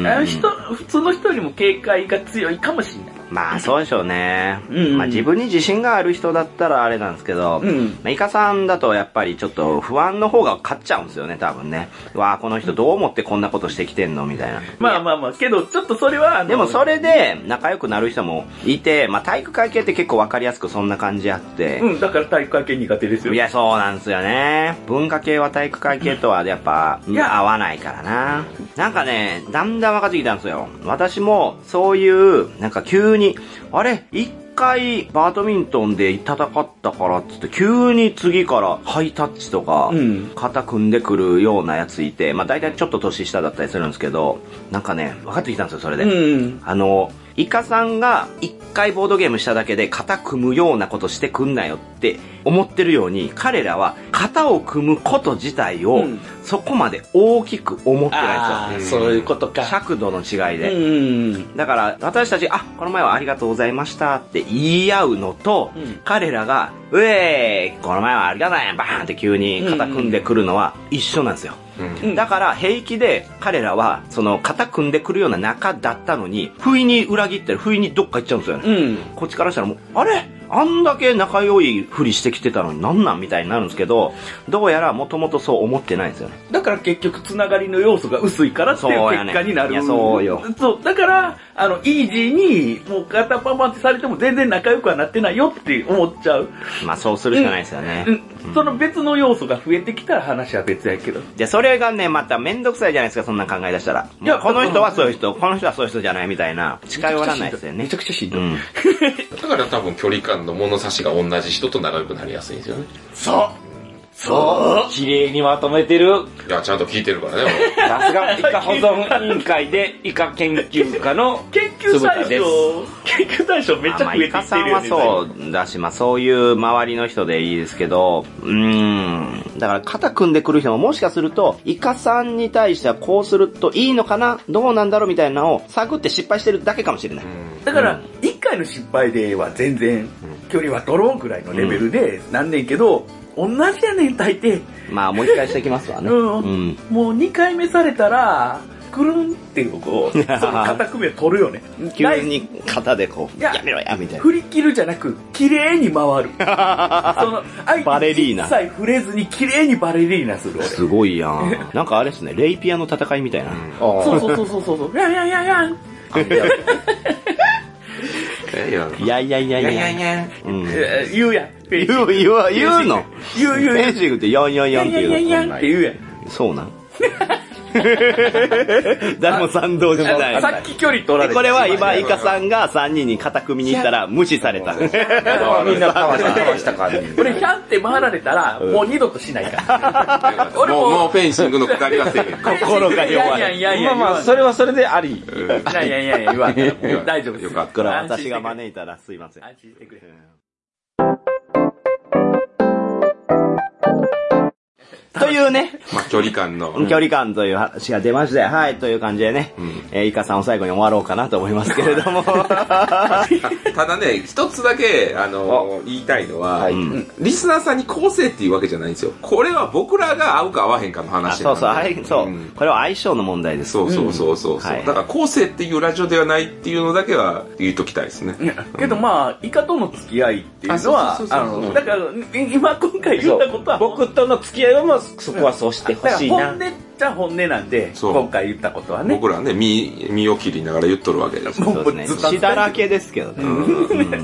うん
あの人、普通の人よりも警戒が強いかもしれない。
まあそうでしょうね、
うん
まあ、自分に自信がある人だったらあれなんですけど、
うん
まあイカさんだとやっぱりちょっと不安の方が勝っちゃうんですよね多分ねうわあこの人どう思ってこんなことしてきてんのみたいな
まあまあまあ、けど、ちょっとそれは、あの
でもそれで仲良くなる人もいて、まあ、体育会系って結構わかりやすくそんな感じあって、
うん、だから体育会系苦手ですよ
い。や、そうなんですよね。文化系は体育会系とはやっぱ、
いや
合わないからな。なんかね、だんだん分かってきたんですよ。私も、そういう、なんか急に、あれ一回バドミントンで戦ったからっつって、急に次からハイタッチとか、
うん
肩組んでくるようなやついて、まあ大体ちょっと年下だったりするんですけど、なんかね、分かってきたんですよ、それで。
うん。
あの、イカさんが一回ボードゲームしただけで肩組むようなことしてくんなよって思ってるように、彼らは肩を組むこと自体を
うん
そこまで大きく思ってない
ああ、
んです
そういうこと
よ。
か。
尺度の違いで。
うん。
だから、私たち、あ、この前はありがとうございましたって言い合うのと、
うん
彼らが、うえーいこの前はありがとうねバーンって急に肩組んでくるのは一緒なんですよ。
うん
だから、平気で彼らは、その肩組んでくるような仲だったのに、不意に裏切ったり、不意にどっか行っちゃうんですよね。
うん。
こっちからしたらもう、あれあんだけ仲良いふりしてきてたのになんなんみたいになるんですけど、どうやらもともとそう思ってないんですよね。
だから結局つながりの要素が薄いからっていう
そうやね
結果にないる。
やそうよ
そうだから、あの、イージーに、もう肩パンパンってされても全然仲良くはなってないよって思っちゃう。
まあそうするしかないですよね。
うん。その別の要素が増えてきたら話は別やけど。
で、それがね、まためんどくさいじゃないですか、そんな考え出したら。い
いや
や、この人はそういう人、この人はそういう人じゃないみたいな、近寄らないですよね
めち。ゃくちゃしん
う
どい。
ん。
だから多分距離感の物差しが同じ人と仲良くなりやすいんですよね。
綺麗にまとめてる。
いや、ちゃんと聞いてるからね、
さすが、イカ保存委員会で、イカ研究家の、
研究対
鈴田です
象、研究対象めっちゃ
まあ
増えてきてるよ
イカ
ね。
さんはそうだし、まあそういう周りの人でいいですけど、うーん。だから肩組んでくる人ももしかすると、イカさんに対してはこうするといいのかなどうなんだろうみたいなのを探って失敗してるだけかもしれない。
だから、一回の失敗では全然、距離は取ろうぐらいのレベルで、なんねんけど、同じやねん、大抵。
まあもう一回してきますわね。
うん
うん。
もう2回目されたら、くるんっていう、 こう、その肩首を取るよね。な
急
い
に肩でこう、
いや
やめろや、みたいな。
振り切るじゃなく、綺麗に回 る。その、
バ
相
レ
手
リー
に
ナ
一切触れずに綺麗にバレリーナ する、俺。
すごいやん。なんかあれですね、レイピアの戦いみたいな。
そうそうそうそうそうそう。やんやんやんやん。
いや、
いやいやいやいや。うん。
えー言うやん。言
言う、言う、言うの
言う言う
フェンシングって444って
やんやんやんやんって
い
言
う
うやん。
の。そうなん誰も賛同しない。
さっき距離取られ
で
て
これは今、イカさんが3人に固く見に行ったら無視された。
みんなかわした、かわしたか。
これ、キャンって回られたら、もう二度としないから。俺
もう、もう
も、
フェンシングのくだりはせえへん。
心が弱
いやいやいやい
まあ
や、
まあ、それはそれであり。
うん
いやいやいやいや、言わんからもう大丈夫です。
よかった
これは私が招いたらすいません。
安心してくれ。
というね、
まあ、距離感の。
距離感という話が出まして、はい、という感じでね、えーイカさんを最後に終わろうかなと思いますけれども。
ただね、一つだけ、あの、言いたいのは、うんリスナーさんに構成っていうわけじゃないんですよ。これは僕らが合うか合わへんかの
あ
話
そうそう、
なん
は
で
い、そう、
ん
これは相性の問題です。
そうそうそうそうそう、
はい
だから後世っていうラジオではないっていうのだけは言っときたいですね。
いやけどまあ、イカとの付き合いっていうの
あ
は
そう、そう
あ
そうそう
の、だから、今今回言ったことは、
僕との付き合いはもうそこはそうしてほ
だから
しい
本
な
音。っちゃ本音なんで、
そう
今回言ったことはね。
僕らね、身、身を切りながら言っとるわけです。
そうですね。血だらけですけどね。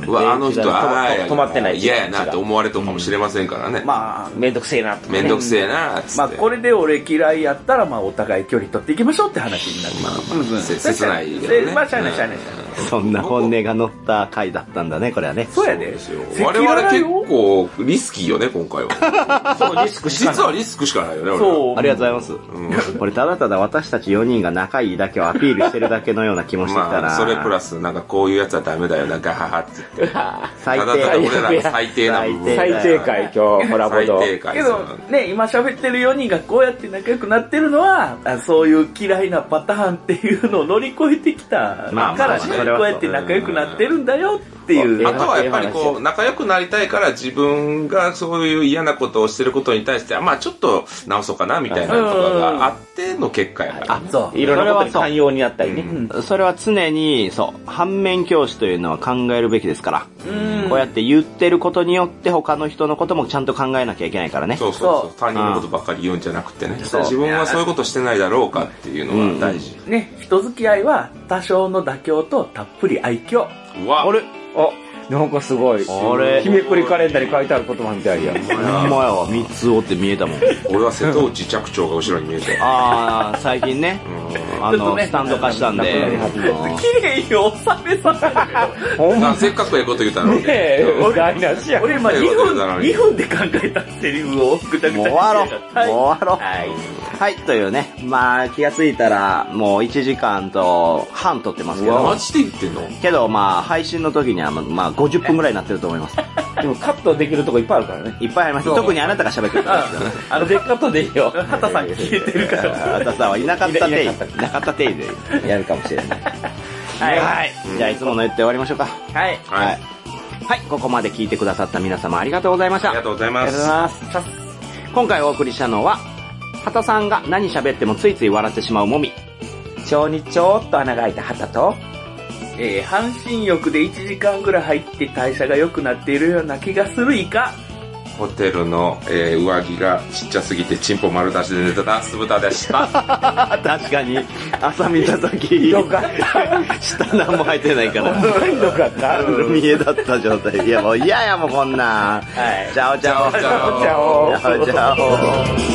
うわ、あの人は、あー
止まってない
嫌やなって思われとるかもしれませんからね。ま
まあ、
めんどくせえなと
あ、
かね。
めんどくせえな、つって。
まあ、これで俺嫌いやったら、まあ、お互い距離取っていきましょうって話になる。
まあまあ
うんうん
せ切ないけどね
せまあ、しゃあない、しゃあない、しゃあない。
そんな本音が乗った回だったんだね、これはね。
そうやで。
ですよ
赤
我
裸々
々結
よ
構リスキーよね、今回は。
そう、リスクしか
実
ない。
はリスクしかないよね、俺ら
そう。
ありがとうございます。これただただ私たち4人が仲いいだけをアピールしてるだけのような気もしてきたな。
まあ、それプラス、なんかこういうやつはダメだよ、なんか、ははって言って。
最低
ただただ俺らの最低な部分。
最
最低回、今日、ホラボ
最
ド。
低解
けどね、今喋ってる4人がこうやって仲良くなってるのは、あそういう嫌いなパターンっていうのを乗り越えてきた
まあ
からね、
まあそれはそう
こうやって仲良くなってるんだよっていう。
あとはやっぱりこう、仲良くなりたいから自分がそういう嫌なことをしてることに対して、あまあちょっと直そうかなみたいなのとかがあっての結果やから。
そう。
いろんなことに寛容になったりね。
それは常に、そう、反面教師というのは考えるべきですから。
うん
こうやって言ってることによって他の人のこともちゃんと考えなきゃいけないからね。
そう
そ
そうそうう。他人のことばっかり言うんじゃなくてね。
そう
自分はそういうことしてないだろうかっていうのは大事。
ね、人付き合いは多少の妥協とたっぷり愛嬌。
うわ
あれ
あ、なんかすごい。
あれ
日めくりカレンダーに書いてある言葉みたいや。
ほんまやわ、三つおって見えたもん。
俺は瀬戸内寂聴が後ろに見えて。
あー、最近ね、あ
ちょっと
の、
ね
スタンド化したんで、
綺麗に収めさせたけ
ほんま
あせっかくええこと言ったのに。
ねえ、台無しや
ど、。俺今2分、2分で考えたセリフをぐたぐたに
もう終わろう。
はい
もう終わろう。はい。というね。まあ、気がついたら、もう1時間と半撮ってますけ
マ
ど。
ジで言ってんの
けど、まあ、配信の時には、まあ、50分ぐらいになってると思います。
でもカットできるとこいっぱいあるからね。
いっぱいあります。特にあなたが喋ってるからですよね。
あの、でっかとでいいよ。
畑さん消えてるから。
あなたさんはいなかったてい、
い
い
な
な
かっ
かったていで。
やるかもしれない。
はい。じゃあ、いつもの言って終わりましょうか。
はい。
はい。
はい、ここまで聞いてくださった皆様ありがとうございまし
あ
た。
りがとうござい
あ
ま
り
す
が。とうございます。今回お送りしたのは、畑さんが何喋ってもついつい笑ってしまうもみ。
腸にちょっと穴が開いた旗と、
えー、半身浴で1時間ぐらい入って代謝が良くなっているような気がするイカ。
ホテルの、えー上着がちっちゃすぎてチンポ丸出しで寝てた酢豚でした。
あ確かに、朝見た時
よかった。
下何も入ってないから。
よかった。
見えだった状態。いや、もう嫌やもうこんなん。はい。じゃおじゃお。
じゃあ
じゃあ
じゃおじゃお。